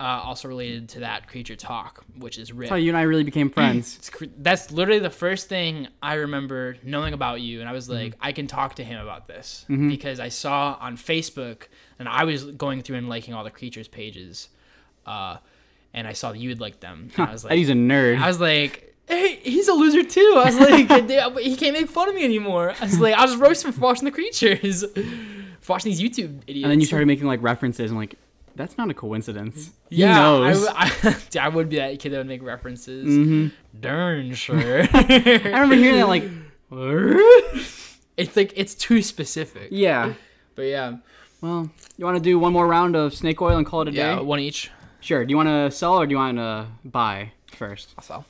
Speaker 1: Uh, also related to that creature talk, which is Rick.
Speaker 2: That's how you and I really became friends.
Speaker 1: It's cr- that's literally the first thing I remember knowing about you, and I was
Speaker 2: Mm-hmm.
Speaker 1: like, I can talk to him about this because I saw on Facebook, and I was going through and liking all the creatures pages, uh, and I saw that you had liked them. And I was like,
Speaker 2: Eddie's a nerd.
Speaker 1: I was like, hey, he's a loser too. I was like, "They- he can't make fun of me anymore. I was like, I was roasting for watching the creatures, for watching these YouTube idiots.
Speaker 2: and then you started making like references. and like, that's not a coincidence.
Speaker 1: Yeah,
Speaker 2: he knows. I
Speaker 1: I, w- I- dude, I would be that kid that would make references. Darn sure.
Speaker 2: Mm-hmm. remember hearing that like,
Speaker 1: It's like it's too specific.
Speaker 2: yeah.
Speaker 1: But yeah,
Speaker 2: Well, you want to do one more round of snake oil and call it a
Speaker 1: yeah,
Speaker 2: day?
Speaker 1: one each.
Speaker 2: Sure. Do you want to sell or do you want to buy first?
Speaker 1: I'll sell.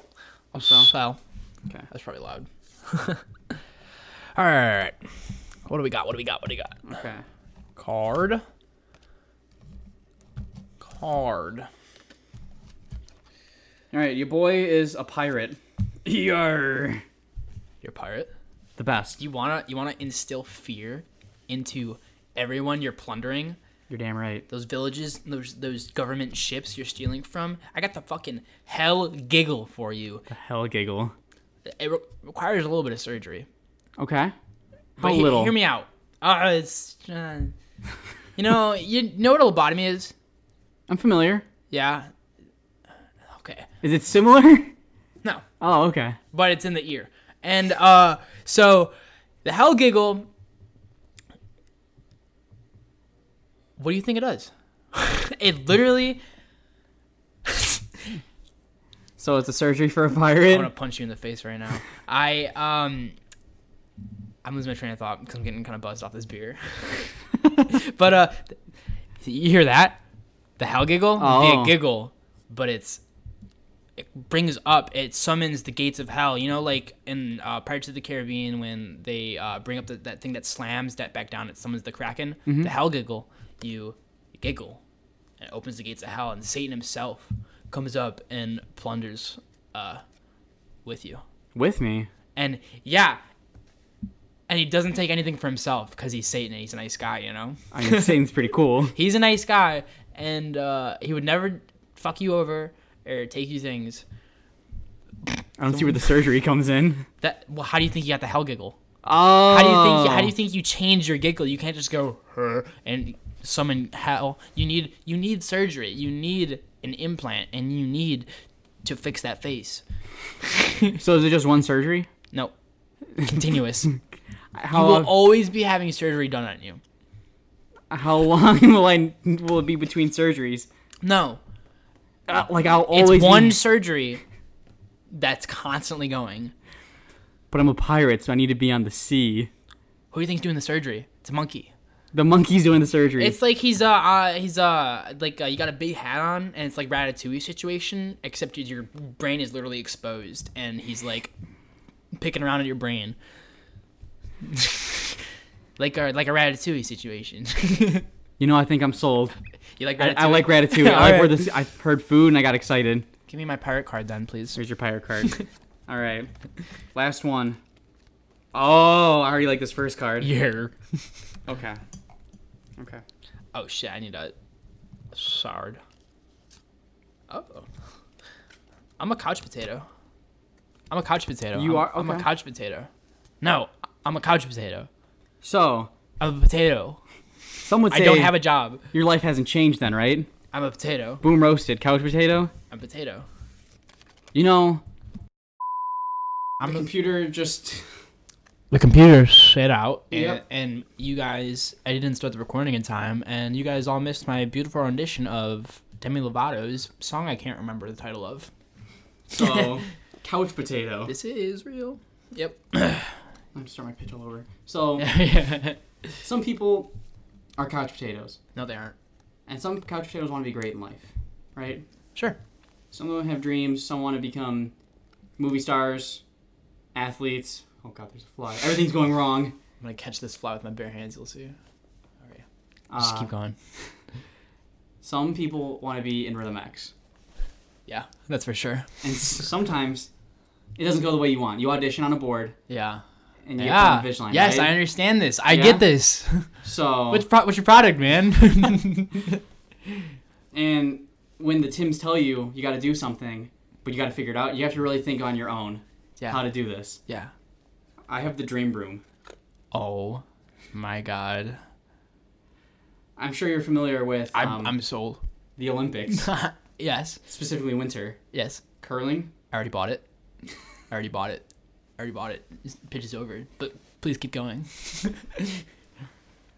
Speaker 1: I'll
Speaker 2: sell?
Speaker 1: sell.
Speaker 2: Okay.
Speaker 1: that's probably loud. All right, what do we got? What do we got? What do we got?
Speaker 2: Okay.
Speaker 1: Card. Card.
Speaker 2: All right. Your boy is a pirate. Yar.
Speaker 1: You're a pirate.
Speaker 2: The best.
Speaker 1: You wanna you wanna instill fear into everyone you're plundering.
Speaker 2: You're damn right.
Speaker 1: Those villages, those those government ships you're stealing from. I got the fucking hell giggle for you.
Speaker 2: Hell giggle.
Speaker 1: It re- requires a little bit of surgery.
Speaker 2: Okay.
Speaker 1: But
Speaker 2: How
Speaker 1: he-
Speaker 2: little?
Speaker 1: Hear me out. Uh, it's, uh, you know, you know what a lobotomy is?
Speaker 2: I'm familiar.
Speaker 1: Yeah. Okay.
Speaker 2: Is it similar?
Speaker 1: No,
Speaker 2: Oh, okay.
Speaker 1: but it's in the ear. And uh, so the hell giggle. What do you think it does? it literally.
Speaker 2: So it's a surgery for a
Speaker 1: I want
Speaker 2: pirate.
Speaker 1: to punch you in the face right now. I um, I'm losing my train of thought because I'm getting kind of buzzed off this beer. but uh, th- you hear that? The hell giggle? would Be
Speaker 2: Oh.
Speaker 1: a giggle, but it's it brings up it summons the gates of hell. You know, like in uh, Pirates of the Caribbean when they uh, bring up the, that thing that slams that back down, it summons the kraken. The hell giggle, you giggle, and it opens the gates of hell, and Satan himself comes up and plunders. Uh, with you.
Speaker 2: With me.
Speaker 1: And yeah, and he doesn't take anything for himself because he's Satan and he's a nice guy, you know?
Speaker 2: I mean, Satan's pretty cool.
Speaker 1: He's a nice guy and uh, he would never fuck you over or take you things.
Speaker 2: I don't see where the surgery comes in.
Speaker 1: That well, how do you think you got the hell giggle?
Speaker 2: Oh.
Speaker 1: How do you think how do you think you change your giggle? You can't just go "Huh," and summon hell. You need you need surgery. You need an implant and you need to fix that face.
Speaker 2: So is it just one surgery?
Speaker 1: No. Continuous. you
Speaker 2: How uh,
Speaker 1: will
Speaker 2: long,
Speaker 1: always be having surgery done on you.
Speaker 2: how long will I will it be between surgeries?
Speaker 1: No.
Speaker 2: Uh, like I'll
Speaker 1: it's
Speaker 2: always be-
Speaker 1: one surgery that's constantly going.
Speaker 2: but I'm a pirate, so I need to be on the sea.
Speaker 1: Who do you think's doing the surgery? It's a monkey.
Speaker 2: The monkey's doing the surgery.
Speaker 1: It's like he's uh, uh he's uh like uh, you got a big hat on and it's like Ratatouille situation except you- your brain is literally exposed and he's like picking around at your brain. like a like a Ratatouille situation.
Speaker 2: you know, I think I'm sold.
Speaker 1: you like
Speaker 2: I,
Speaker 1: Ratatouille?
Speaker 2: I like ratatouille. I like
Speaker 1: Alright.
Speaker 2: where this. I heard food and I got excited.
Speaker 1: Give me my pirate card then, please.
Speaker 2: Here's your pirate card. All right, last one. Oh, I already like this first card.
Speaker 1: Yeah.
Speaker 2: Okay. Okay.
Speaker 1: Oh shit, I need a shard. Oh. I'm a couch potato. I'm a couch potato.
Speaker 2: You
Speaker 1: I'm-
Speaker 2: are?
Speaker 1: I'm a
Speaker 2: Okay.
Speaker 1: couch potato. No, I'm a couch potato.
Speaker 2: So
Speaker 1: I'm a potato.
Speaker 2: some would say
Speaker 1: I don't have a job.
Speaker 2: your life hasn't changed then, right?
Speaker 1: I'm a potato.
Speaker 2: Boom roasted couch potato.
Speaker 1: I'm a potato.
Speaker 2: You know,
Speaker 1: I'm a,
Speaker 2: computer just
Speaker 1: the computer shit out, and,
Speaker 2: Yep.
Speaker 1: and you guys, I didn't start the recording in time, and you guys all missed my beautiful rendition of Demi Lovato's song. I can't remember the title of.
Speaker 2: So, couch potato.
Speaker 1: This is real. Yep.
Speaker 2: I'm gonna start my pitch all over. So,
Speaker 1: no,
Speaker 2: some people are couch potatoes,
Speaker 1: they aren't.
Speaker 2: and some couch potatoes want to be great in life, right?
Speaker 1: Sure.
Speaker 2: Some of them have dreams. Some want to become movie stars, athletes. Oh God, there's a fly. Everything's going wrong.
Speaker 1: I'm gonna catch this fly with my bare hands. You'll see.
Speaker 2: Uh,
Speaker 1: Just keep going.
Speaker 2: Some people want to be in Rhythm X,
Speaker 1: Yeah, that's for sure.
Speaker 2: and s- sometimes it doesn't go the way you want. You audition on a board,
Speaker 1: Yeah.
Speaker 2: and you
Speaker 1: yeah.
Speaker 2: get put on Invisalign.
Speaker 1: yes, I
Speaker 2: right?
Speaker 1: understand this. I
Speaker 2: Yeah?
Speaker 1: get this.
Speaker 2: So
Speaker 1: What's, pro- what's your product, man?
Speaker 2: And when the Tims tell you you got to do something, but you got to figure it out, you have to really think on your own
Speaker 1: Yeah.
Speaker 2: how to do this.
Speaker 1: yeah.
Speaker 2: I have the dream room.
Speaker 1: Oh my god.
Speaker 2: I'm sure you're familiar with
Speaker 1: I'm
Speaker 2: um,
Speaker 1: I'm sold.
Speaker 2: the Olympics,
Speaker 1: yes.
Speaker 2: specifically winter
Speaker 1: Yes.
Speaker 2: curling.
Speaker 1: I already bought it. I already bought it. I already bought it. This pitch is over. But please keep going.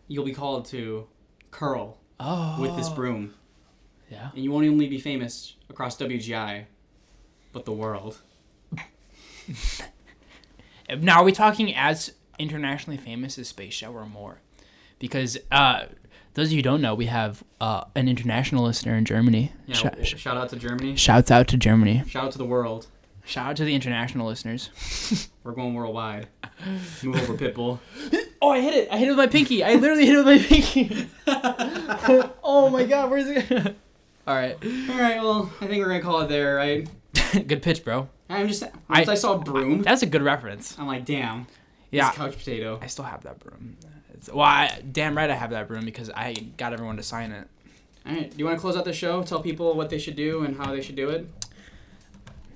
Speaker 2: You'll be called to curl
Speaker 1: Oh.
Speaker 2: with this broom,
Speaker 1: Yeah.
Speaker 2: and you won't only be famous across WGI, but the world.
Speaker 1: Now are we talking as internationally famous as Space Show or more? Because uh those of you who don't know, we have uh, an international listener in Germany.
Speaker 2: Yeah,
Speaker 1: Sh-
Speaker 2: w-
Speaker 1: sh-
Speaker 2: shout out to Germany.
Speaker 1: shouts out to Germany.
Speaker 2: Shout out to the world.
Speaker 1: Shout out to the international listeners.
Speaker 2: We're going worldwide. Move over, Pitbull.
Speaker 1: Oh, I hit it. I hit it with my pinky. I literally hit it with my pinky. oh my god, where's it? All right.
Speaker 2: All right, well, I think we're gonna call it there, right?
Speaker 1: good pitch, bro.
Speaker 2: I'm just once I, saw broom,
Speaker 1: That's a good reference.
Speaker 2: I'm like, damn.
Speaker 1: Yeah.
Speaker 2: It's couch potato.
Speaker 1: I still have that broom. It's, well, I, damn right I have that broom because I got everyone to sign it.
Speaker 2: All right, do you want to close out the show? Tell people what they should do and how they should do it.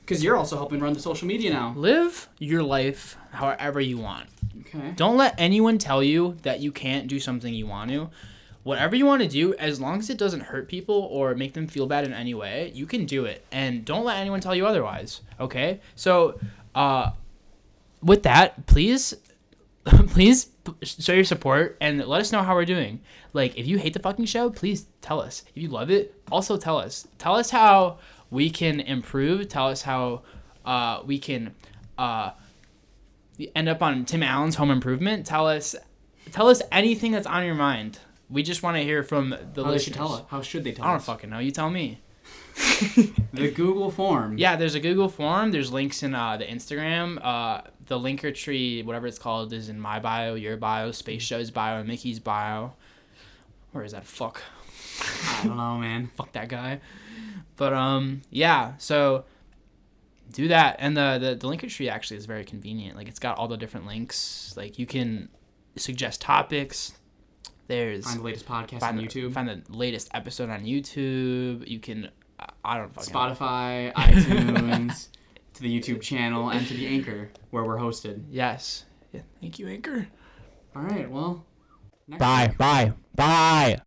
Speaker 2: Because you're also helping run the social media now.
Speaker 1: Live your life however you want.
Speaker 2: Okay.
Speaker 1: Don't let anyone tell you that you can't do something you want to. Whatever you want to do, as long as it doesn't hurt people or make them feel bad in any way, you can do it. And don't let anyone tell you otherwise. Okay? So, uh, with that, please, please p- show your support and let us know how we're doing. Like, if you hate the fucking show, please tell us. If you love it, also tell us. Tell us how we can improve. Tell us how uh, we can uh, end up on Tim Allen's Home Improvement. Tell us, tell us anything that's on your mind. We just want to hear from the
Speaker 2: How Oh, they should
Speaker 1: listeners.
Speaker 2: tell it. How should they tell
Speaker 1: I don't
Speaker 2: us?
Speaker 1: fucking know. You tell me.
Speaker 2: The Google form.
Speaker 1: Yeah, there's a Google form. There's links in uh, the Instagram. Uh, the linker tree, whatever it's called, is in my bio, your bio, Space
Speaker 2: Mm.
Speaker 1: Show's bio, and Mickey's bio. Where is that? Fuck.
Speaker 2: I don't know, man.
Speaker 1: Fuck that guy. But um, yeah. So do that, and the the, the linker tree actually is very convenient. Like it's got all the different links. Like you can suggest topics. There's
Speaker 2: Find the latest podcast
Speaker 1: find
Speaker 2: on
Speaker 1: the-
Speaker 2: YouTube,
Speaker 1: Find the latest episode on YouTube. You can. I- I don't fucking. know.
Speaker 2: Spotify, iTunes, to the YouTube channel, and to the Anchor, where we're hosted.
Speaker 1: Yes. Yeah. Thank you, Anchor.
Speaker 2: All right, well. Next
Speaker 1: Bye. Bye. Bye.